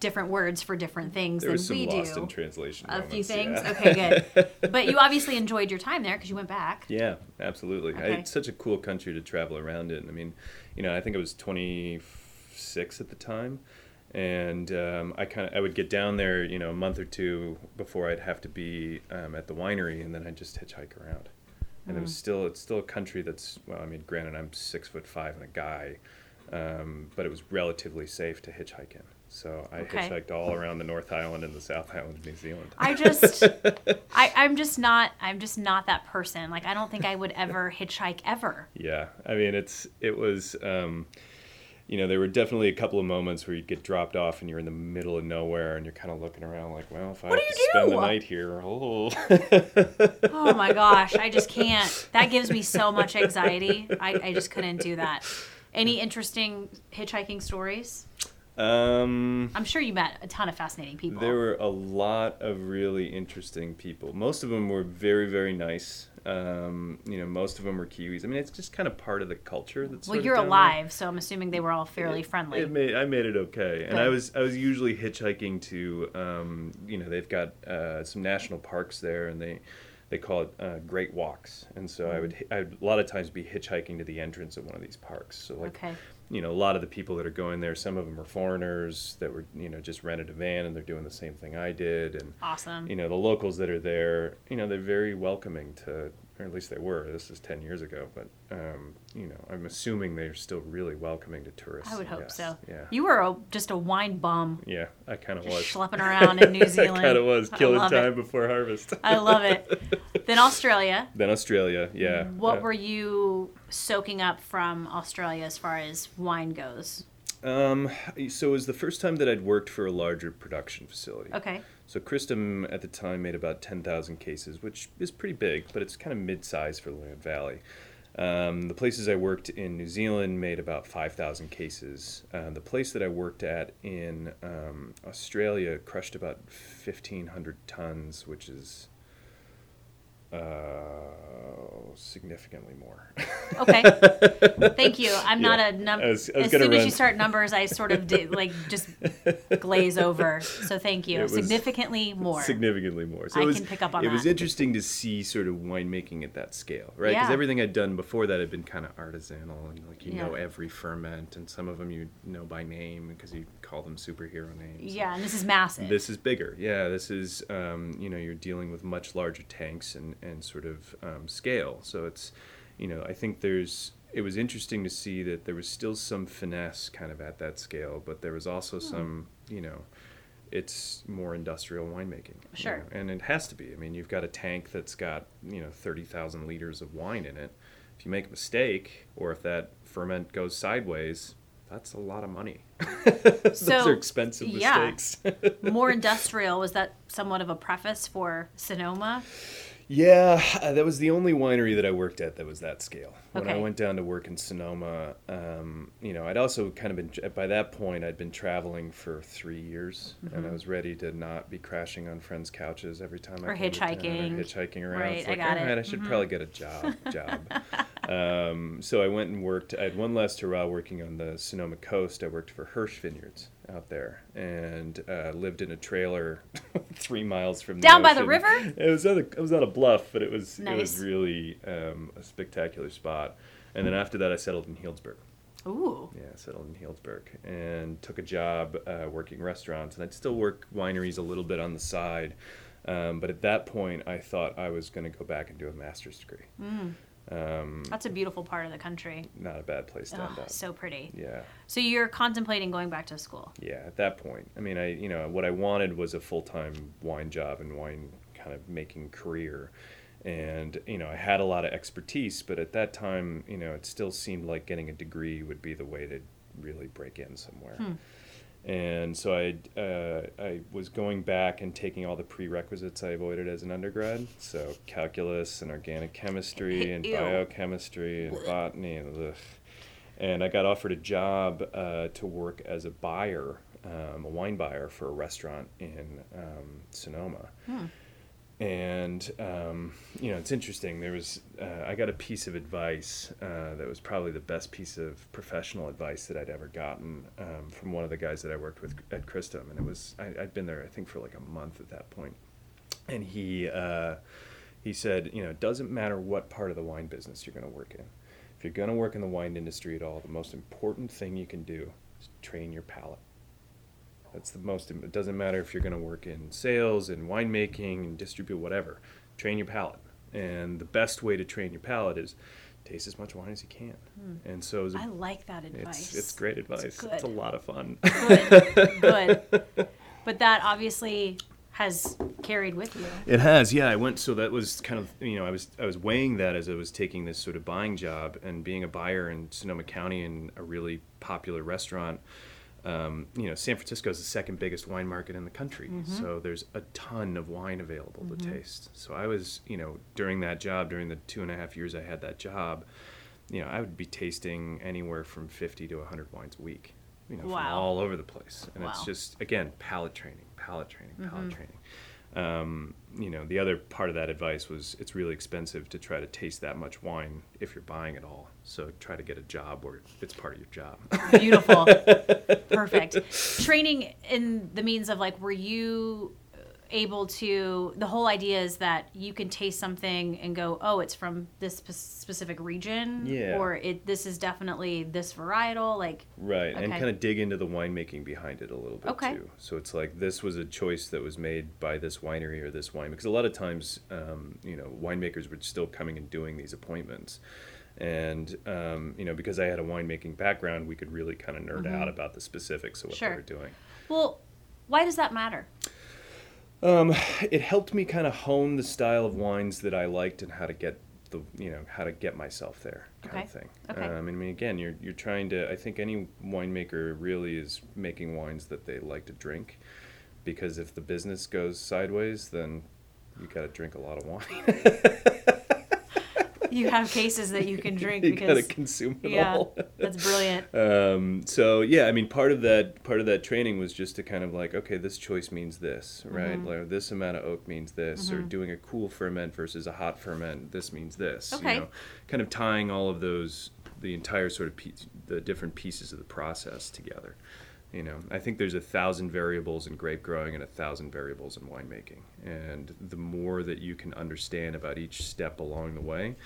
Speaker 1: different words for different things
Speaker 2: there
Speaker 1: than
Speaker 2: was some
Speaker 1: we
Speaker 2: lost
Speaker 1: do.
Speaker 2: in translation.
Speaker 1: a few
Speaker 2: moments,
Speaker 1: things.
Speaker 2: Yeah.
Speaker 1: Okay, good. But you obviously enjoyed your time there because you went back.
Speaker 2: Yeah, absolutely. I,
Speaker 1: Okay.
Speaker 2: it's such a cool country to travel around in. I mean, you know, I think I was 26 at the time, and um, I kind of I would get down there, you know, a month or two before I'd have to be um, at the winery, and then I'd just hitchhike around. And it
Speaker 1: Mm.
Speaker 2: was still it's still a country that's well, I mean, granted, I'm six foot five and a guy, um, but it was relatively safe to hitchhike in. So I
Speaker 1: Okay.
Speaker 2: hitchhiked all around the North Island and the South Island of New Zealand.
Speaker 1: I just, I, I'm just not, I'm just not that person. Like, I don't think I would ever hitchhike ever.
Speaker 2: Yeah, I mean, it's it was, um, you know, there were definitely a couple of moments where you get dropped off and you're in the middle of nowhere and you're kind of looking around like, well, if I
Speaker 1: What do
Speaker 2: have to
Speaker 1: you
Speaker 2: spend
Speaker 1: do?
Speaker 2: the night here, oh,
Speaker 1: Oh my gosh, I just can't. That gives me so much anxiety. I, I just couldn't do that. Any interesting hitchhiking stories?
Speaker 2: um,
Speaker 1: I'm sure you met a ton of fascinating people.
Speaker 2: There were a lot of really interesting people. Most of them were very, very nice. Um, you know, most of them were Kiwis. I mean, it's just kind of part of the culture. That's
Speaker 1: well,
Speaker 2: sort of
Speaker 1: you're
Speaker 2: down there.
Speaker 1: alive, so I'm assuming they were all fairly friendly.
Speaker 2: It made, I made it okay, and I
Speaker 1: Good.
Speaker 2: was I was usually hitchhiking to, um, you know, they've got uh, some national parks there, and they they call it uh, Great Walks. And so
Speaker 1: Mm.
Speaker 2: I would I would a lot of times be hitchhiking to the entrance of one of these parks. So like
Speaker 1: Okay.
Speaker 2: you know, a lot of the people that are going there, some of them are foreigners that were, you know, just rented a van and they're doing the same thing I did. And,
Speaker 1: Awesome.
Speaker 2: you know, the locals that are there, you know, they're very welcoming to, or at least they were, this is 10 years ago, but, um, you know, I'm assuming they're still really welcoming to tourists.
Speaker 1: I would hope
Speaker 2: yes,
Speaker 1: so.
Speaker 2: Yeah.
Speaker 1: You were a, just a wine bum,
Speaker 2: yeah, I kind of
Speaker 1: just
Speaker 2: was.
Speaker 1: schlepping around in New
Speaker 2: I
Speaker 1: Zealand.
Speaker 2: kind of was,
Speaker 1: I
Speaker 2: killing
Speaker 1: love it.
Speaker 2: time before harvest.
Speaker 1: I love it. Then Australia.
Speaker 2: then Australia, yeah.
Speaker 1: Mm-hmm. What
Speaker 2: Uh,
Speaker 1: were you soaking up from Australia as far as wine goes?
Speaker 2: Um, so it was the first time that I'd worked for a larger production facility.
Speaker 1: Okay.
Speaker 2: So Christum at the time made about 10,000 cases, which is pretty big, but it's kind of mid-sized for Lynette Valley. Um, the places I worked in New Zealand made about 5,000 cases. Uh, the place that I worked at in um, Australia crushed about 1,500 tons, which is uh, significantly more.
Speaker 1: Okay. Thank you. I'm not
Speaker 2: Yeah.
Speaker 1: a number.
Speaker 2: I
Speaker 1: As
Speaker 2: was- I was
Speaker 1: soon
Speaker 2: gonna
Speaker 1: as you
Speaker 2: run-
Speaker 1: start numbers, I sort of di- like just glaze over. So thank you.
Speaker 2: It was
Speaker 1: Significantly more.
Speaker 2: Significantly more. So
Speaker 1: I
Speaker 2: it was,
Speaker 1: can pick up on
Speaker 2: It was
Speaker 1: that.
Speaker 2: interesting to see sort of winemaking at that scale, right? Because
Speaker 1: Yeah.
Speaker 2: everything I'd done before that had been kind of artisanal, and like you
Speaker 1: Yeah.
Speaker 2: know every ferment, and some of them you know by name because you call them superhero names.
Speaker 1: yeah, and this is massive.
Speaker 2: This is bigger. Yeah, this is um, you know you're dealing with much larger tanks and and sort of um, scale. So it's you know I think there's it was interesting to see that there was still some finesse kind of at that scale, but there was also
Speaker 1: Hmm.
Speaker 2: some you know it's more industrial winemaking. you
Speaker 1: Sure.
Speaker 2: know, and it has to be. I mean, you've got a tank that's got you know thirty thousand liters of wine in it. If you make a mistake or if that ferment goes sideways. That's a lot of money. Those
Speaker 1: So,
Speaker 2: are expensive
Speaker 1: yeah.
Speaker 2: mistakes.
Speaker 1: more industrial. Was that somewhat of a preface for Sonoma?
Speaker 2: Yeah, uh, that was the only winery that I worked at that was that scale. When I
Speaker 1: Okay.
Speaker 2: went down to work in Sonoma, um, you know, I'd also kind of been, by that point, I'd been traveling for three years and I
Speaker 1: Mm-hmm.
Speaker 2: was ready to not be crashing on friends' couches every time I
Speaker 1: Or
Speaker 2: came to town
Speaker 1: hitchhiking.
Speaker 2: or hitchhiking around.
Speaker 1: Right,
Speaker 2: it's
Speaker 1: I
Speaker 2: like,
Speaker 1: got
Speaker 2: all
Speaker 1: it. Mm-hmm.
Speaker 2: right, I should probably get a job. job. Um, so I went and worked. I had one last hurrah working on the Sonoma coast. I worked for Hirsch Vineyards out there and uh, lived in a trailer three miles from
Speaker 1: Down
Speaker 2: the
Speaker 1: by the
Speaker 2: ocean.
Speaker 1: river?
Speaker 2: It was not a, it was not a bluff, but it was it
Speaker 1: Nice.
Speaker 2: was really um, a spectacular spot. And then after that, I settled in Healdsburg.
Speaker 1: Ooh.
Speaker 2: Yeah, I settled in Healdsburg and took a job uh, working restaurants. And I'd still work wineries a little bit on the side. Um, but at that point, I thought I was going to go back and do a master's degree. Mm.
Speaker 1: That's a beautiful part of the country.
Speaker 2: Not a bad place to
Speaker 1: Oh,
Speaker 2: end up.
Speaker 1: so pretty.
Speaker 2: Yeah.
Speaker 1: So you're contemplating going back to school.
Speaker 2: Yeah, at that point. I mean, I you know, what I wanted was a full-time wine job and wine kind of making career. And, you know, I had a lot of expertise, but at that time, you know, it still seemed like getting a degree would be the way to really break in somewhere. And so I, uh, I was going back and taking all the prerequisites I avoided as an undergrad. So calculus and organic chemistry and
Speaker 1: Ew.
Speaker 2: biochemistry and botany and ugh. And I got offered a job uh, to work as a buyer, um, a wine buyer for a restaurant in um, Sonoma. And um, you know, it's interesting. There was uh, I got a piece of advice uh, that was probably the best piece of professional advice that I'd ever gotten um, from one of the guys that I worked with at Christum, and it was I, I'd been there I think for like a month at that point, and he uh, he said, you know, it doesn't matter what part of the wine business you're going to work in. If you're going to work in the wine industry at all, the most important thing you can do is train your palate. That's the most. It doesn't matter if you're going to work in sales and winemaking and distribute whatever. Train your palate, and the best way to train your palate is taste as much wine as you can. And so it was a-
Speaker 1: Hmm. I like that advice.
Speaker 2: Mm. it's it's great advice. It's, a
Speaker 1: good.
Speaker 2: lot of fun.
Speaker 1: good, good. But that obviously has carried with you.
Speaker 2: It has, yeah. I went, so that was kind of, you know, I was I was weighing that as I was taking this sort of buying job and being a buyer in Sonoma County in a really popular restaurant. Um, you know, San Francisco is the second biggest wine market in the country,
Speaker 1: Mm-hmm.
Speaker 2: so there's a ton of wine available to taste. So I was, you know, during that job, during the two and a half years I had that job, you know, I would be tasting anywhere from 50 to 100 wines a week, you know, from
Speaker 1: Wow.
Speaker 2: all over the place. And it's
Speaker 1: Wow. Mm-hmm.
Speaker 2: just, again, palate training, palate training, palate training um, you know, the other part of that advice was it's really expensive to try to taste that much wine if you're buying it all. So try to get a job where it's part of your job.
Speaker 1: Beautiful. Perfect. Training in the means of like, were you able to the whole idea is that you can taste something and go oh it's from this spe- specific region
Speaker 2: Yeah.
Speaker 1: or it this is definitely this varietal like
Speaker 2: Right, and
Speaker 1: Okay.
Speaker 2: kind of dig into the winemaking behind it a little bit
Speaker 1: Okay.
Speaker 2: too. So it's like this was a choice that was made by this winery or this wine because a lot of times, um, you know, winemakers were still coming and doing these appointments, and um, you know, because I had a winemaking background, we could really kind of nerd out about the specifics of what they
Speaker 1: Mm-hmm. Sure.
Speaker 2: were doing.
Speaker 1: well why does that matter
Speaker 2: It helped me kind of hone the style of wines that I liked and how to get the you know how to get myself there kind
Speaker 1: Okay.
Speaker 2: of thing.
Speaker 1: Okay.
Speaker 2: Um, I mean, again, you're you're trying to. I think any winemaker really is making wines that they like to drink, because if the business goes sideways, then you got to drink a lot of wine.
Speaker 1: you have cases that you can drink
Speaker 2: you got to
Speaker 1: because
Speaker 2: consume it
Speaker 1: yeah
Speaker 2: all.
Speaker 1: that's brilliant
Speaker 2: um, so yeah, I mean, part of that part of that training was just to kind of like, okay, this choice means this, right? Like, this amount of oak means this, or doing a cool ferment versus a hot ferment, this means this.
Speaker 1: Okay.
Speaker 2: You know, kind of tying all of those, the entire sort of piece, the different pieces of the process together. You know, I think there's a thousand variables in grape growing and a thousand variables in winemaking, and the more that you can understand about each step along the way,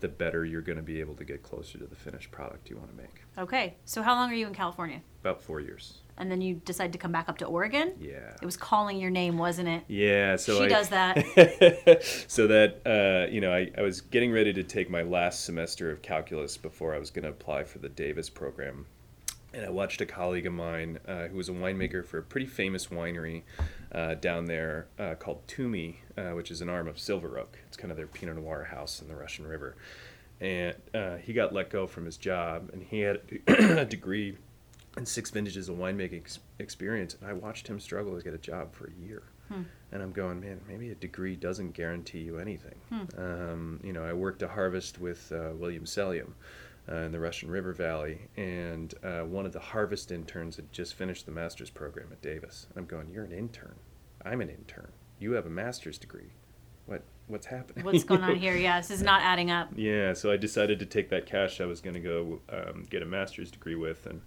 Speaker 2: the better you're going to be able to get closer to the finished product you want to make
Speaker 1: okay so how long are you in california
Speaker 2: about four years.
Speaker 1: and then you decide to come back up to oregon
Speaker 2: Yeah.
Speaker 1: it was calling your name wasn't it
Speaker 2: Yeah. So
Speaker 1: she
Speaker 2: I,
Speaker 1: does that
Speaker 2: so that uh, you know, I, I was getting ready to take my last semester of calculus before I was going to apply for the Davis program. And I watched a colleague of mine uh, who was a winemaker for a pretty famous winery uh, down there uh, called Toomey, uh, which is an arm of Silver Oak. It's kind of their Pinot Noir house in the Russian River. And uh, he got let go from his job, and he had a degree and six vintages of winemaking ex- experience, and I watched him struggle to get a job for a year.
Speaker 1: Hmm.
Speaker 2: And I'm going, man, maybe a degree doesn't guarantee you anything.
Speaker 1: Hmm.
Speaker 2: Um, you know, I worked a harvest with uh, William Sellium uh, in the Russian River Valley, and uh, one of the harvest interns had just finished the master's program at Davis. And I'm going, you're an intern. I'm an intern. You have a master's degree. What what's happening?
Speaker 1: what's going on here yeah this is not adding up
Speaker 2: Yeah, so I decided to take that cash I was going to go um, get a master's degree with, and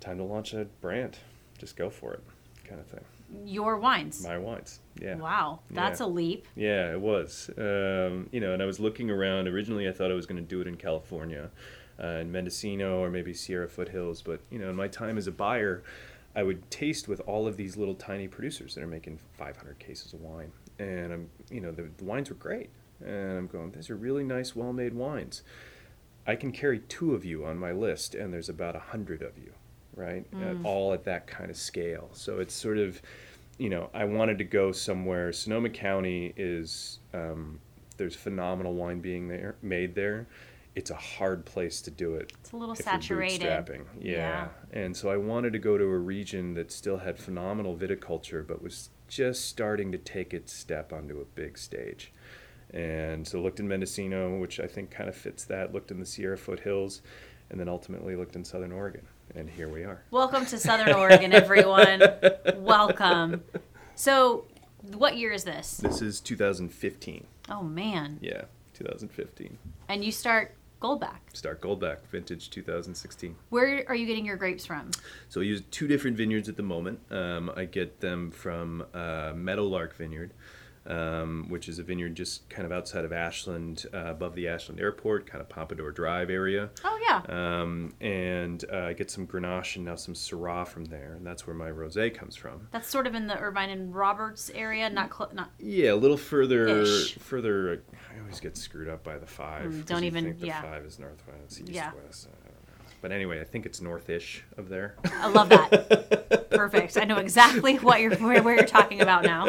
Speaker 2: time to launch a brand. Just go for it, kind of thing.
Speaker 1: your wines
Speaker 2: My wines, yeah.
Speaker 1: wow that's
Speaker 2: Yeah.
Speaker 1: a leap
Speaker 2: Yeah, it was. Um, you know, and I was looking around. Originally, I thought I was going to do it in California, uh, in Mendocino or maybe Sierra foothills. But you know, in my time as a buyer, I would taste with all of these little tiny producers that are making 500 cases of wine, and I'm, you know, the, the wines were great, and I'm going, these are really nice, well-made wines. I can carry two of you on my list, and there's about a hundred of you, right? At- all at that kind of scale. So it's sort of, you know, I wanted to go somewhere. Sonoma County is um, there's phenomenal wine being there made there. It's a hard place to do it.
Speaker 1: It's a little
Speaker 2: if you're
Speaker 1: saturated.
Speaker 2: bootstrapping. Yeah. And so I wanted to go to a region that still had phenomenal viticulture, but was just starting to take its step onto a big stage. And so looked in Mendocino, which I think kind of fits that, looked in the Sierra foothills, and then ultimately looked in Southern Oregon. And here we are.
Speaker 1: Welcome to Southern Oregon, everyone. Welcome. So, what year is this?
Speaker 2: This is 2015.
Speaker 1: Oh man!
Speaker 2: Yeah, 2015.
Speaker 1: And you start Goldback.
Speaker 2: Start Goldback, vintage 2016.
Speaker 1: Where are you getting your grapes from?
Speaker 2: So I use two different vineyards at the moment. Um, I get them from uh, Meadowlark Vineyard, um, which is a vineyard just kind of outside of Ashland, uh, above the Ashland Airport, kind of Pompadour Drive area.
Speaker 1: Oh yeah.
Speaker 2: Um, and uh, I get some Grenache and now some Syrah from there, and that's where my rosé comes from.
Speaker 1: That's sort of in the Irvine and Roberts area. Not cl- not.
Speaker 2: Yeah, a little further.
Speaker 1: Ish.
Speaker 2: Further, I always get screwed up by the five.
Speaker 1: Mm,
Speaker 2: 'cause
Speaker 1: don't
Speaker 2: you
Speaker 1: even-
Speaker 2: Think the
Speaker 1: yeah.
Speaker 2: five is north west, it's east
Speaker 1: Yeah.
Speaker 2: west. I don't know. But anyway, I think it's north-ish of there.
Speaker 1: I love that. Perfect. I know exactly what you're where, where you're talking about now.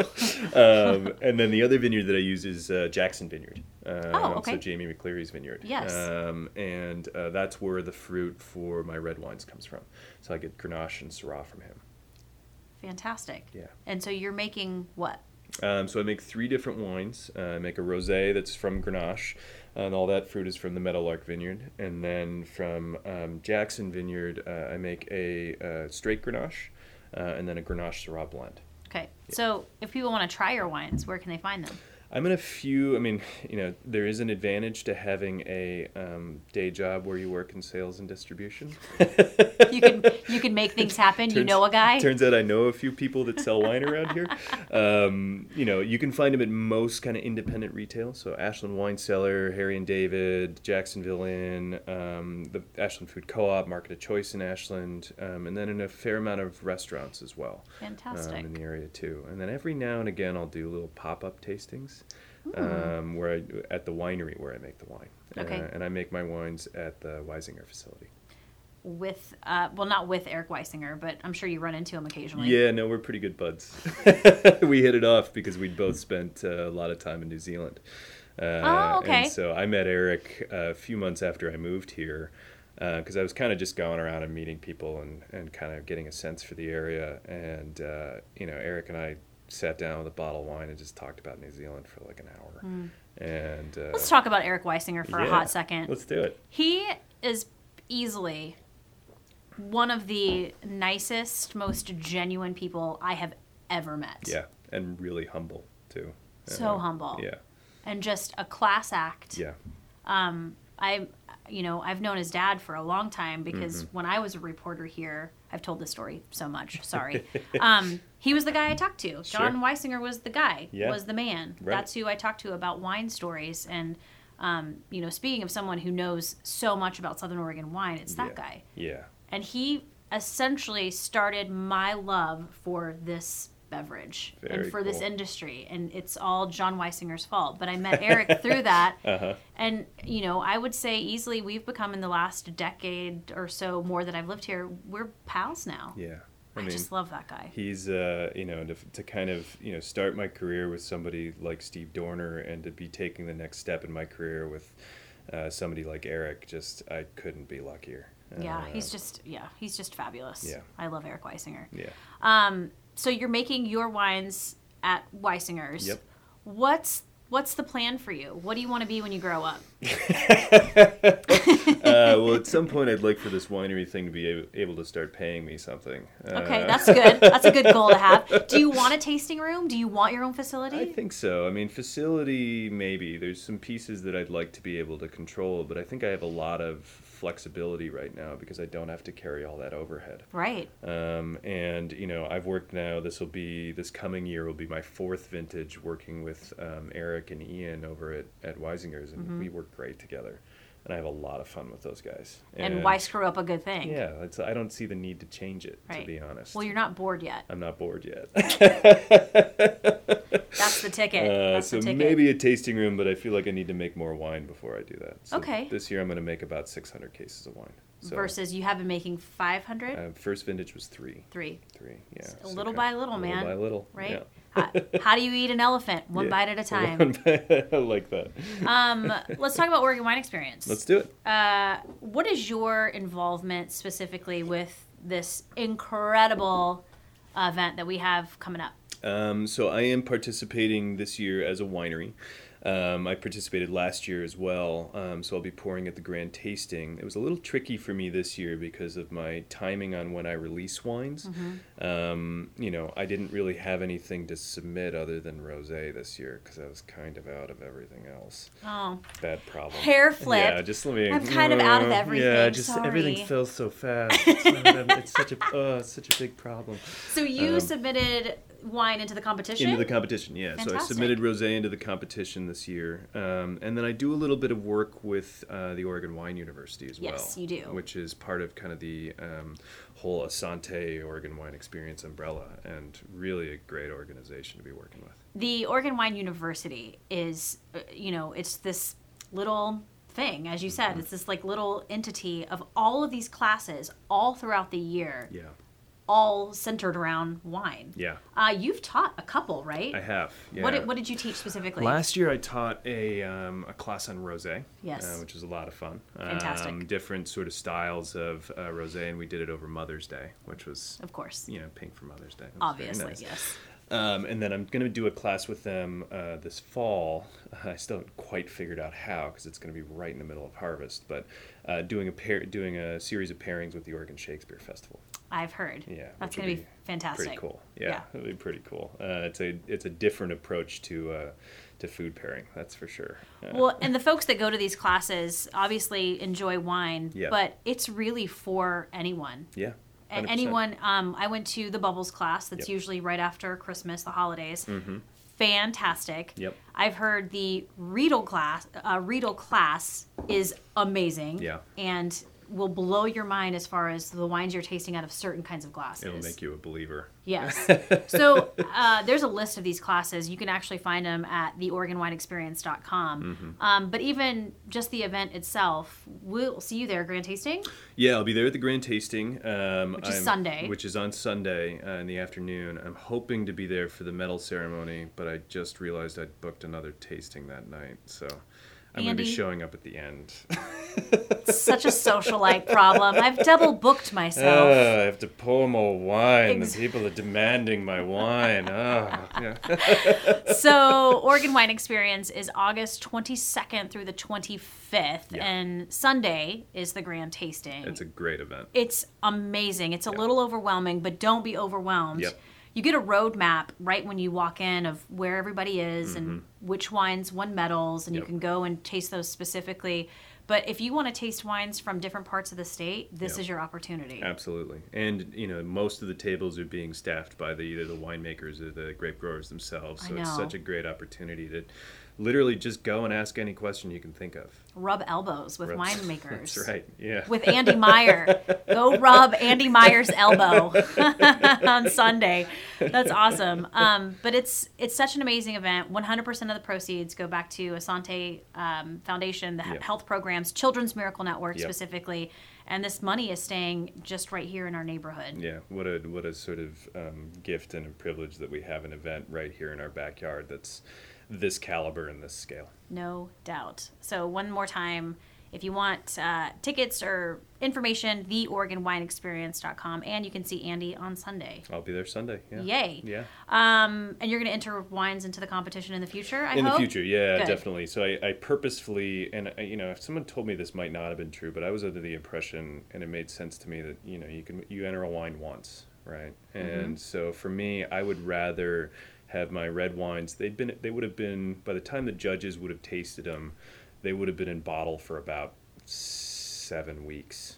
Speaker 2: um, and then the other vineyard that I use is uh, Jackson Vineyard. Um,
Speaker 1: Oh, okay.
Speaker 2: So Jamie McCleary's vineyard.
Speaker 1: Yes.
Speaker 2: Um, and uh, that's where the fruit for my red wines comes from. So I get Grenache and Syrah from him.
Speaker 1: Fantastic.
Speaker 2: Yeah.
Speaker 1: And so you're making what?
Speaker 2: Um, so I make three different wines. Uh, I make a rosé that's from Grenache, and all that fruit is from the Meadowlark Vineyard. And then from um, Jackson Vineyard, uh, I make a uh, straight Grenache, uh, and then a Grenache Syrah blend.
Speaker 1: Okay. So if people want to try your wines, where can they find them?
Speaker 2: I'm in a few. I mean, you know, there is an advantage to having a um, day job where you work in sales and distribution.
Speaker 1: You can you can make things happen. you
Speaker 2: Turns-
Speaker 1: know a guy.
Speaker 2: Turns out I know a few people that sell wine around here. Um, you know, you can find them at most kind of independent retail. So Ashland Wine Cellar, Harry and David, Jacksonville Inn, um, the Ashland Food Co-op, Market of Choice in Ashland, um, and then in a fair amount of restaurants as well.
Speaker 1: Fantastic.
Speaker 2: Um, in the area too. And then every now and again, I'll do little pop-up tastings. Um, where I, at the winery where I make the wine,
Speaker 1: Hmm. Okay.
Speaker 2: uh, and I make my wines at the Weisinger facility.
Speaker 1: with uh, well, not with Eric Weisinger, but I'm sure you run into him occasionally.
Speaker 2: Yeah, no, we're pretty good buds. we hit it off because we'd both spent uh, a lot of time in New Zealand. Uh,
Speaker 1: Oh, okay.
Speaker 2: And so I met Eric uh, a few months after I moved here because I was kind of just going around and meeting people and, and kind of getting a sense for the area. And, uh, you know, Eric and I sat down with a bottle of wine and just talked about New Zealand for like an hour. And uh,
Speaker 1: Hmm. Let's talk about Eric Weisinger for a
Speaker 2: yeah,
Speaker 1: hot second.
Speaker 2: Let's do it.
Speaker 1: He is easily one of the nicest, most genuine people I have ever met.
Speaker 2: Yeah. And really humble, too. Uh,
Speaker 1: So humble.
Speaker 2: Yeah.
Speaker 1: And just a class act.
Speaker 2: Yeah.
Speaker 1: I, you know, I've known his dad for a long time because
Speaker 2: Mm-hmm.
Speaker 1: when I was a reporter here, I've told this story so much. Sorry. um, he was the guy I talked to. John
Speaker 2: Sure.
Speaker 1: Weisinger was the guy.
Speaker 2: Yeah.
Speaker 1: Was the man.
Speaker 2: Right.
Speaker 1: That's who I talked to about wine stories. And, um, you know, speaking of someone who knows so much about Southern Oregon wine, it's that
Speaker 2: yeah.
Speaker 1: guy.
Speaker 2: Yeah.
Speaker 1: And he essentially started my love for this beverage
Speaker 2: Very
Speaker 1: and for this
Speaker 2: cool.
Speaker 1: industry. And it's all John Weisinger's fault. But I met Eric through that.
Speaker 2: Uh-huh.
Speaker 1: And, you know, I would say easily we've become in the last decade or so more that I've lived here, we're pals now.
Speaker 2: Yeah.
Speaker 1: I, just love that guy.
Speaker 2: he's uh, you know to, to kind of you know start my career with somebody like steve dorner and to be taking the next step in my career with uh, somebody like eric just i couldn't be luckier
Speaker 1: yeah,
Speaker 2: Uh,
Speaker 1: he's just yeah, he's just fabulous.
Speaker 2: Yeah.
Speaker 1: I love Eric Weisinger.
Speaker 2: yeah
Speaker 1: Um, so you're making your wines at Weisinger's.
Speaker 2: Yep.
Speaker 1: What's what's the plan for you? What do you want to be when you grow up?
Speaker 2: uh, well at some point i'd like for this winery thing to be able, able to start paying me something
Speaker 1: Okay,
Speaker 2: Uh,
Speaker 1: that's good. That's a good goal to have. Do you want a tasting room? Do you want your own facility?
Speaker 2: I think so. I mean, facility maybe. There's some pieces that I'd like to be able to control, but I think I have a lot of flexibility right now because I don't have to carry all that overhead.
Speaker 1: right.
Speaker 2: Um, and you know, I've worked now. This will be this coming year will be my fourth vintage working with um, Eric and Ian over at at Weisinger's, and
Speaker 1: Mm-hmm.
Speaker 2: we work great together. And I have a lot of fun with those guys.
Speaker 1: And, why screw up a good thing?
Speaker 2: Yeah, it's, I don't see the need to change it.
Speaker 1: Right.
Speaker 2: To be honest,
Speaker 1: Well, you're not bored yet.
Speaker 2: I'm not bored yet.
Speaker 1: That's the ticket.
Speaker 2: Uh,
Speaker 1: That's
Speaker 2: so
Speaker 1: the ticket.
Speaker 2: maybe a tasting room, but I feel like I need to make more wine before I do that. So
Speaker 1: Okay.
Speaker 2: This year I'm going to make about 600 cases of wine. So,
Speaker 1: Versus you have been making 500?
Speaker 2: uh, first vintage was three.
Speaker 1: Three,
Speaker 2: Three. Yeah.
Speaker 1: a
Speaker 2: so
Speaker 1: little
Speaker 2: kind-
Speaker 1: by little, man.
Speaker 2: Little by little.
Speaker 1: right?
Speaker 2: yeah.
Speaker 1: How, how do you eat an elephant? One
Speaker 2: Yeah.
Speaker 1: bite at a
Speaker 2: One
Speaker 1: time.
Speaker 2: bite- I like that.
Speaker 1: um, let's talk about Oregon Wine Experience.
Speaker 2: Let's do it.
Speaker 1: uh, what is your involvement specifically with this incredible event that we have coming up?
Speaker 2: Um, so I am participating this year as a winery. Um, I participated last year as well, um, so I'll be pouring at the grand tasting. It was a little tricky for me this year because of my timing on when I release wines.
Speaker 1: Mm-hmm.
Speaker 2: Um, you know, I didn't really have anything to submit other than rosé this year because I was kind of out of everything else.
Speaker 1: Oh,
Speaker 2: Bad problem.
Speaker 1: hair flip.
Speaker 2: Yeah, just let me. Mm,
Speaker 1: I'm kind of out of
Speaker 2: Yeah,
Speaker 1: everything,
Speaker 2: just
Speaker 1: sorry.
Speaker 2: everything fell so fast. It's, not- it's such a oh, it's such a big problem.
Speaker 1: so you
Speaker 2: um,
Speaker 1: submitted wine into the competition?
Speaker 2: Into the competition, yeah. So I
Speaker 1: Fantastic.
Speaker 2: submitted Rosé into the competition this year, um, and then I do a little bit of work with uh, the Oregon Wine University as well.
Speaker 1: Yes, you do.
Speaker 2: Which is part of kind of the um, whole Asante Oregon Wine Experience umbrella, and really a great organization to be working with.
Speaker 1: the Oregon Wine University is, uh, you know, it's this little thing, as you said,
Speaker 2: Mm-hmm.
Speaker 1: it's this like little entity of all of these classes all throughout the year,
Speaker 2: Yeah,
Speaker 1: all centered around wine.
Speaker 2: yeah,
Speaker 1: Uh, you've taught a couple, right?
Speaker 2: I have. Yeah.
Speaker 1: What, did, what did you teach specifically?
Speaker 2: Last year, I taught a, um, a class on rosé,
Speaker 1: Yes.
Speaker 2: uh, which was a lot of fun.
Speaker 1: Fantastic.
Speaker 2: Um, different sort of styles of uh, rosé, and we did it over Mother's Day, which was
Speaker 1: of course.
Speaker 2: you know pink for Mother's Day. It was very
Speaker 1: Obviously,
Speaker 2: nice.
Speaker 1: yes.
Speaker 2: Um, and then I'm going to do a class with them uh, this fall. I still haven't quite figured out how because it's going to be right in the middle of harvest. But uh, doing a pair, doing a series of pairings with the Oregon Shakespeare Festival.
Speaker 1: I've heard.
Speaker 2: Yeah,
Speaker 1: That's
Speaker 2: which will
Speaker 1: going to be,
Speaker 2: be
Speaker 1: fantastic.
Speaker 2: Pretty cool. Yeah, it'll be pretty cool. Uh, it's a it's a different approach to uh, to food pairing. That's for sure. Uh,
Speaker 1: Well, and the folks that go to these classes obviously enjoy wine,
Speaker 2: Yeah.
Speaker 1: but it's really for anyone.
Speaker 2: yeah.
Speaker 1: A-
Speaker 2: 100%.
Speaker 1: Anyone, um, I went to the Bubbles class that's
Speaker 2: Yep. Mm-hmm.
Speaker 1: usually right after Christmas, the holidays. Fantastic.
Speaker 2: Yep.
Speaker 1: I've heard the Riedel class, uh, Riedel class is amazing.
Speaker 2: Yeah.
Speaker 1: And will blow your mind as far as the wines you're tasting out of certain kinds of glasses.
Speaker 2: It'll make you a believer.
Speaker 1: Yes. so uh, there's a list of these classes. You can actually find them at theoregonwineexperience.com.
Speaker 2: Mm-hmm.
Speaker 1: Um, but even just the event itself, we'll see you there, grand tasting.
Speaker 2: Yeah, I'll be there at the grand tasting, um,
Speaker 1: Which is Sunday.
Speaker 2: Which is on Sunday uh, in the afternoon. I'm hoping to be there for the medal ceremony, but I just realized I'd booked another tasting that night, so I'm going to be
Speaker 1: Andy.
Speaker 2: showing up at the end.
Speaker 1: It's such a socialite problem. I've double booked myself.
Speaker 2: Oh, I have to pour more wine.
Speaker 1: The Ex-
Speaker 2: people are demanding my wine. Oh,
Speaker 1: so Oregon Wine Experience is August 22nd through the 25th,
Speaker 2: Yeah.
Speaker 1: and Sunday is the grand tasting.
Speaker 2: It's a great event.
Speaker 1: it's amazing. It's a little overwhelming, but don't be overwhelmed.
Speaker 2: Yep.
Speaker 1: You get a roadmap right when you walk in of where everybody is and which wines won medals, and you
Speaker 2: Mm-hmm. Yep.
Speaker 1: can go and taste those specifically. But if you want to taste wines from different parts of the state, this
Speaker 2: Yep.
Speaker 1: is your opportunity.
Speaker 2: Absolutely. And, you know, most of the tables are being staffed by the either the winemakers or the grape growers themselves.
Speaker 1: I
Speaker 2: So it's
Speaker 1: know.
Speaker 2: such a great opportunity to literally just go and ask any question you can think of.
Speaker 1: Rub elbows with
Speaker 2: Rub-
Speaker 1: winemakers.
Speaker 2: That's right. Yeah.
Speaker 1: With Andy Meyer. Go rub Andy Meyer's elbow on Sunday. That's awesome. Um, but it's it's such an amazing event. 100% of the proceeds go back to Asante um, Foundation, the he-
Speaker 2: Yep.
Speaker 1: health programs, Children's Miracle Network
Speaker 2: Yep.
Speaker 1: specifically. And this money is staying just right here in our neighborhood.
Speaker 2: Yeah, what a what a sort of um, gift and a privilege that we have an event right here in our backyard that's this caliber and this scale.
Speaker 1: No doubt. So, one more time, if you want uh, tickets or information, theoregonwineexperience.com. And you can see Andy on Sunday.
Speaker 2: I'll be there Sunday. Yeah.
Speaker 1: Yay.
Speaker 2: Yeah.
Speaker 1: Um, and you're going to enter wines into the competition in the future, I
Speaker 2: in
Speaker 1: hope?
Speaker 2: the future yeah
Speaker 1: Good.
Speaker 2: definitely so I, I purposefully and I, you know if someone told me this might not have been true but i was under the impression and it made sense to me that you know you can you enter a wine once right
Speaker 1: Mm-hmm.
Speaker 2: and so for me i would rather have my red wines they'd been they would have been by the time the judges would have tasted them they would have been in bottle for about seven weeks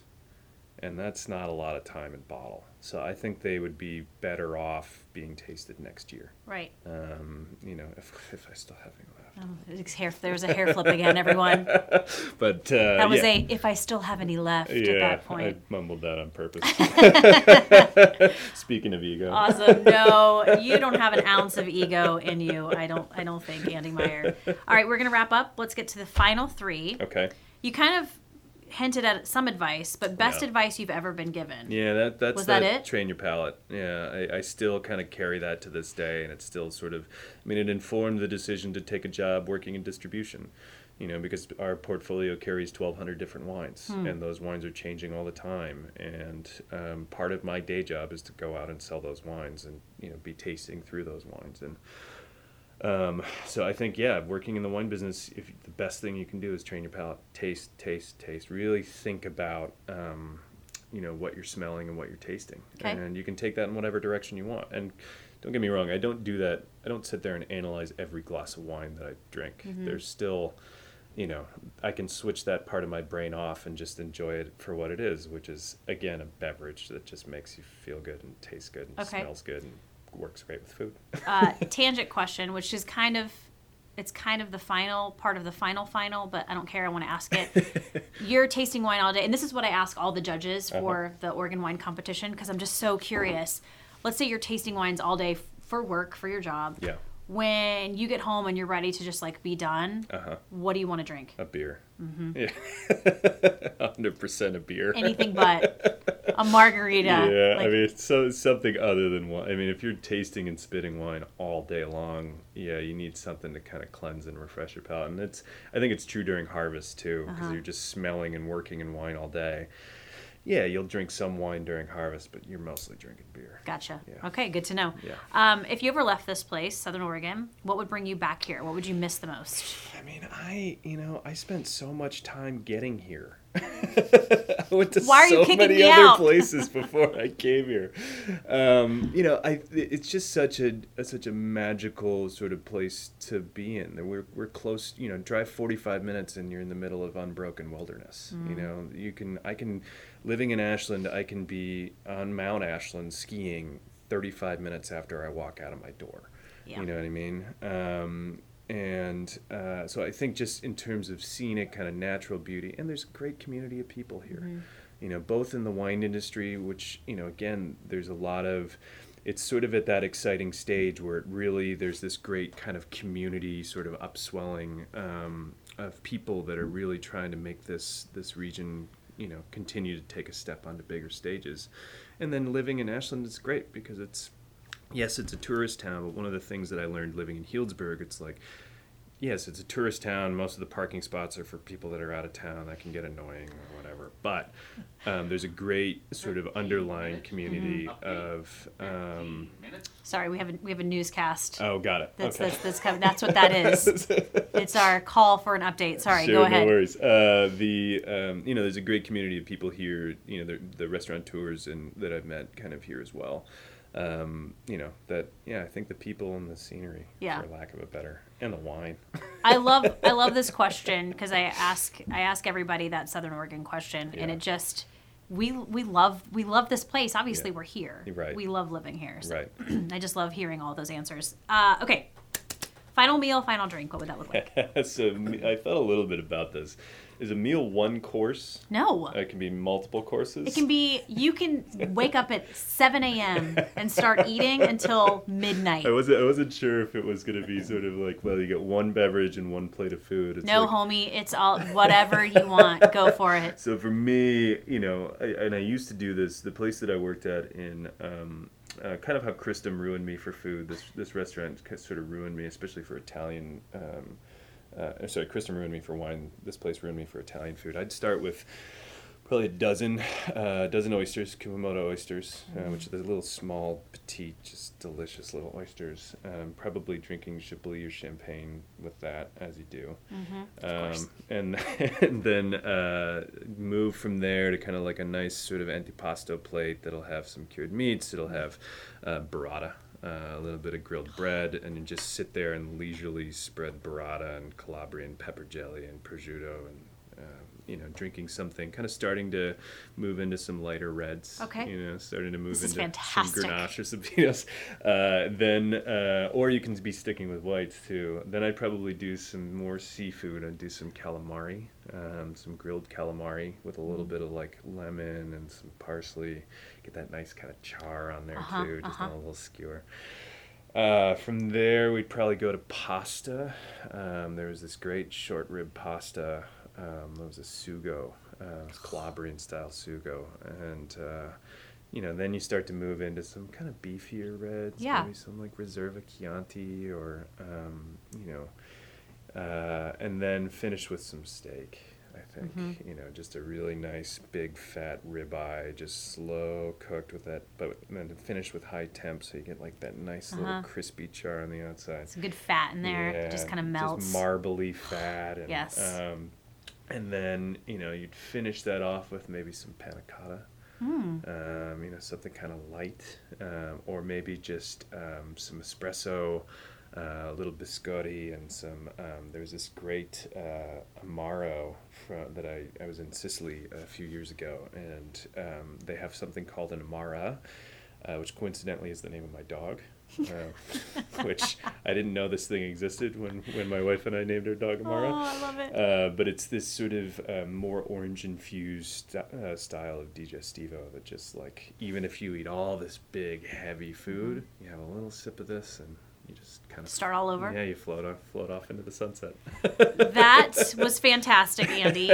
Speaker 2: and that's not a lot of time in bottle so i think they would be better off being tasted next year
Speaker 1: Right.
Speaker 2: um, you know if, if i still have any left
Speaker 1: Oh, it's hair, there was a hair flip again, everyone.
Speaker 2: but uh,
Speaker 1: That was
Speaker 2: yeah.
Speaker 1: a if I still have any left
Speaker 2: yeah,
Speaker 1: at that point.
Speaker 2: I mumbled that on purpose. Speaking of ego,
Speaker 1: Awesome. No, you don't have an ounce of ego in you. I don't. I don't think Andy Meyer. All right, we're gonna wrap up. Let's get to the final three.
Speaker 2: okay,
Speaker 1: You kind of hinted at some advice, but best
Speaker 2: Yeah.
Speaker 1: advice you've ever been given.
Speaker 2: yeah, that that's
Speaker 1: Was that
Speaker 2: the
Speaker 1: it?
Speaker 2: Train your palate. Yeah, I, I still kind of carry that to this day, and it's still sort of. I mean, it informed the decision to take a job working in distribution. You know, because our portfolio carries 1,200 different wines,
Speaker 1: Hmm.
Speaker 2: and those wines are changing all the time. And um, part of my day job is to go out and sell those wines, and you know, be tasting through those wines. And Um, so I think yeah, working in the wine business, if the best thing you can do is train your palate, taste, taste, taste. Really think about um, you know what you're smelling and what you're tasting,
Speaker 1: Okay.
Speaker 2: and you can take that in whatever direction you want. And don't get me wrong, I don't do that. I don't sit there and analyze every glass of wine that I drink.
Speaker 1: Mm-hmm.
Speaker 2: There's still you know, I can switch that part of my brain off and just enjoy it for what it is, which is again a beverage that just makes you feel good and tastes good and
Speaker 1: Okay.
Speaker 2: smells good and works great with food.
Speaker 1: uh, tangent question, which is kind of it's kind of the final part of the final final, but I don't care. I want to ask it. You're tasting wine all day, and this is what I ask all the judges
Speaker 2: Uh-huh.
Speaker 1: for the Oregon wine competition because I'm just so curious. Let's say you're tasting wines all day f- for work for your job.
Speaker 2: Yeah.
Speaker 1: When you get home and you're ready to just like be done,
Speaker 2: Uh-huh.
Speaker 1: what do you want to drink?
Speaker 2: A beer. Yeah. 100% a beer.
Speaker 1: Anything but a margarita.
Speaker 2: yeah,
Speaker 1: Like,
Speaker 2: I mean, so something other than wine. I mean, if you're tasting and spitting wine all day long, yeah, you need something to kind of cleanse and refresh your palate. And it's, I think it's true during harvest too, because you're just smelling and working in wine all day. yeah, you'll drink some wine during harvest, but you're mostly drinking beer.
Speaker 1: Gotcha.
Speaker 2: Yeah.
Speaker 1: Okay, good to know.
Speaker 2: Yeah.
Speaker 1: Um, if you ever left this place, Southern Oregon, what would bring you back here? What would you miss the most?
Speaker 2: I mean, I you know I spent so much time getting here. I went to
Speaker 1: Why are you
Speaker 2: so
Speaker 1: kicking
Speaker 2: many
Speaker 1: me
Speaker 2: other
Speaker 1: out?
Speaker 2: places before I came here. Um, you know, I it's just such a such a magical sort of place to be in. That We're we're close. You know, drive forty five minutes and you're in the middle of unbroken wilderness.
Speaker 1: Mm.
Speaker 2: You know, you can I can living in Ashland, I can be on Mount Ashland skiing thirty five minutes after I walk out of my door.
Speaker 1: Yeah.
Speaker 2: You know what I mean? Um, and uh, so I think just in terms of scenic kind of natural beauty, and there's a great community of people here. You know, both in the wine industry, which you know, again, there's a lot of. It's sort of at that exciting stage where it really there's this great kind of community sort of upswelling um, of people that are really trying to make this this region you know continue to take a step onto bigger stages, and then living in Ashland is great because it's yes, it's a tourist town, but one of the things that I learned living in Healdsburg, it's like, yes, it's a tourist town. Most of the parking spots are for people that are out of town. That can get annoying or whatever. But um, there's a great sort of underlying
Speaker 1: Mm-hmm.
Speaker 2: community of. Um,
Speaker 1: Sorry, we have a, we have a newscast.
Speaker 2: oh, got it.
Speaker 1: that's,
Speaker 2: okay.
Speaker 1: that's, that's, com- that's what that is. it's our call for an update. Sorry,
Speaker 2: sure,
Speaker 1: go ahead.
Speaker 2: No worries. Uh, the um, you know, there's a great community of people here. You know, the, the restaurateurs and that I've met kind of here as well. Um, you know that yeah, I think the people and the scenery,
Speaker 1: Yeah.
Speaker 2: for lack of a better, and the wine.
Speaker 1: I love I love this question because I ask I ask everybody that Southern Oregon question, and
Speaker 2: Yeah.
Speaker 1: it just we we love we love this place. Obviously,
Speaker 2: Yeah.
Speaker 1: we're here.
Speaker 2: You're right.
Speaker 1: We love living here. So
Speaker 2: Right.
Speaker 1: I just love hearing all those answers. Uh, okay, final meal, final drink. What would that look like?
Speaker 2: so me- I thought a little bit about this. Is a meal one course?
Speaker 1: No.
Speaker 2: Uh, It can be multiple courses.
Speaker 1: It can be you can wake up at 7 a.m. and start eating until midnight.
Speaker 2: I wasn't. I wasn't sure if it was going to be sort of like well, you get one beverage and one plate of food. It's
Speaker 1: No,
Speaker 2: like-
Speaker 1: homie, it's all whatever you want. Go for it.
Speaker 2: So for me, you know, I, and I used to do this. The place that I worked at in um, uh, kind of how Christum ruined me for food. This this restaurant ki- sort of ruined me, especially for Italian. Um, uh, I'm sorry, Christum ruined me for wine. This place ruined me for Italian food. I'd start with probably a dozen, uh, dozen oysters, Kumamoto oysters, uh, which are the little small, petite, just delicious little oysters. Um, probably drinking Chablis or champagne with that, as you do. Um, and, and then uh, move from there to kind of like a nice sort of antipasto plate that'll have some cured meats, it'll have uh, burrata. Uh, a little bit of grilled bread, and then just sit there and leisurely spread burrata and Calabrian pepper jelly and prosciutto and um, you know, drinking something, kind of starting to move into some lighter reds.
Speaker 1: Okay.
Speaker 2: You know, starting to move
Speaker 1: This is
Speaker 2: into some
Speaker 1: fantastic.
Speaker 2: Grenache or some Pinots. Uh, then, uh, or you can be sticking with whites too. Then I'd probably do some more seafood. I'd do some calamari, um, some grilled calamari with a
Speaker 1: Mm.
Speaker 2: little bit of like lemon and some parsley. Get that nice kind of char on there
Speaker 1: Uh-huh,
Speaker 2: too, just on
Speaker 1: uh-huh.
Speaker 2: a little skewer. Uh, from there, we'd probably go to pasta. Um, there was this great short rib pasta. Um, it was a sugo, uh, it was Calabrian style sugo, and uh, you know, then you start to move into some kind of beefier reds.
Speaker 1: Yeah.
Speaker 2: Maybe some like Reserva Chianti, or um, you know, uh, and then finish with some steak. I think
Speaker 1: Mm-hmm.
Speaker 2: you know, just a really nice big fat ribeye, just slow cooked with that, but and then finish with high temp, so you get like that nice
Speaker 1: Uh-huh.
Speaker 2: little crispy char on the outside.
Speaker 1: Some good fat in there. It just
Speaker 2: Yeah,
Speaker 1: kind of melts.
Speaker 2: Just marbly fat. And,
Speaker 1: Yes.
Speaker 2: Um, and then you know you'd finish that off with maybe some panna cotta. Um, you know something kind of light, um, or maybe just um, some espresso, uh, a little biscotti, and some. Um, there was this great uh, amaro from, that I, I was in Sicily a few years ago, and um, they have something called an amara, uh, which coincidentally is the name of my dog. uh, which I didn't know this thing existed when, when my wife and I named our dog Amara.
Speaker 1: Oh, I love it.
Speaker 2: Uh, but it's this sort of uh, more orange infused st- uh, style of digestivo that just like even if you eat all this big heavy food, you have a little sip of this and you just kind of
Speaker 1: Mm-hmm. Start all over?
Speaker 2: Yeah, you float off, float off into the sunset.
Speaker 1: That was fantastic, Andy.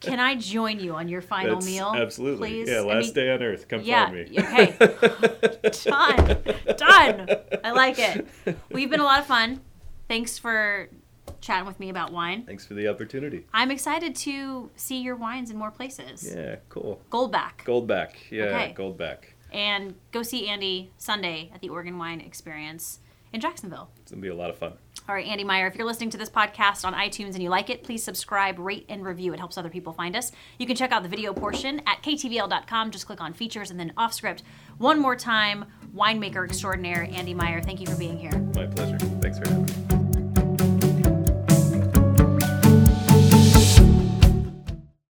Speaker 1: Can I join you on your final
Speaker 2: That's
Speaker 1: meal?
Speaker 2: absolutely
Speaker 1: please?
Speaker 2: yeah.
Speaker 1: I
Speaker 2: Last
Speaker 1: mean-
Speaker 2: day on earth, come
Speaker 1: Yeah.
Speaker 2: find me.
Speaker 1: Okay. Done. Done. I like it. We've been a lot of fun. Thanks for chatting with me about wine.
Speaker 2: Thanks for the opportunity.
Speaker 1: I'm excited to see your wines in more places.
Speaker 2: Yeah, cool.
Speaker 1: Goldback.
Speaker 2: Goldback. Yeah,
Speaker 1: Okay.
Speaker 2: Goldback.
Speaker 1: and go see Andy Sunday at the Oregon Wine Experience in Jacksonville.
Speaker 2: It's gonna be a lot of fun.
Speaker 1: All right, Andy Meyer, if you're listening to this podcast on iTunes and you like it, please subscribe, rate, and review. It helps other people find us. You can check out the video portion at ktvl.com. Just click on features and then off script. One more time, winemaker extraordinaire Andy Meyer, thank you for being here.
Speaker 2: My pleasure. Thanks for having me.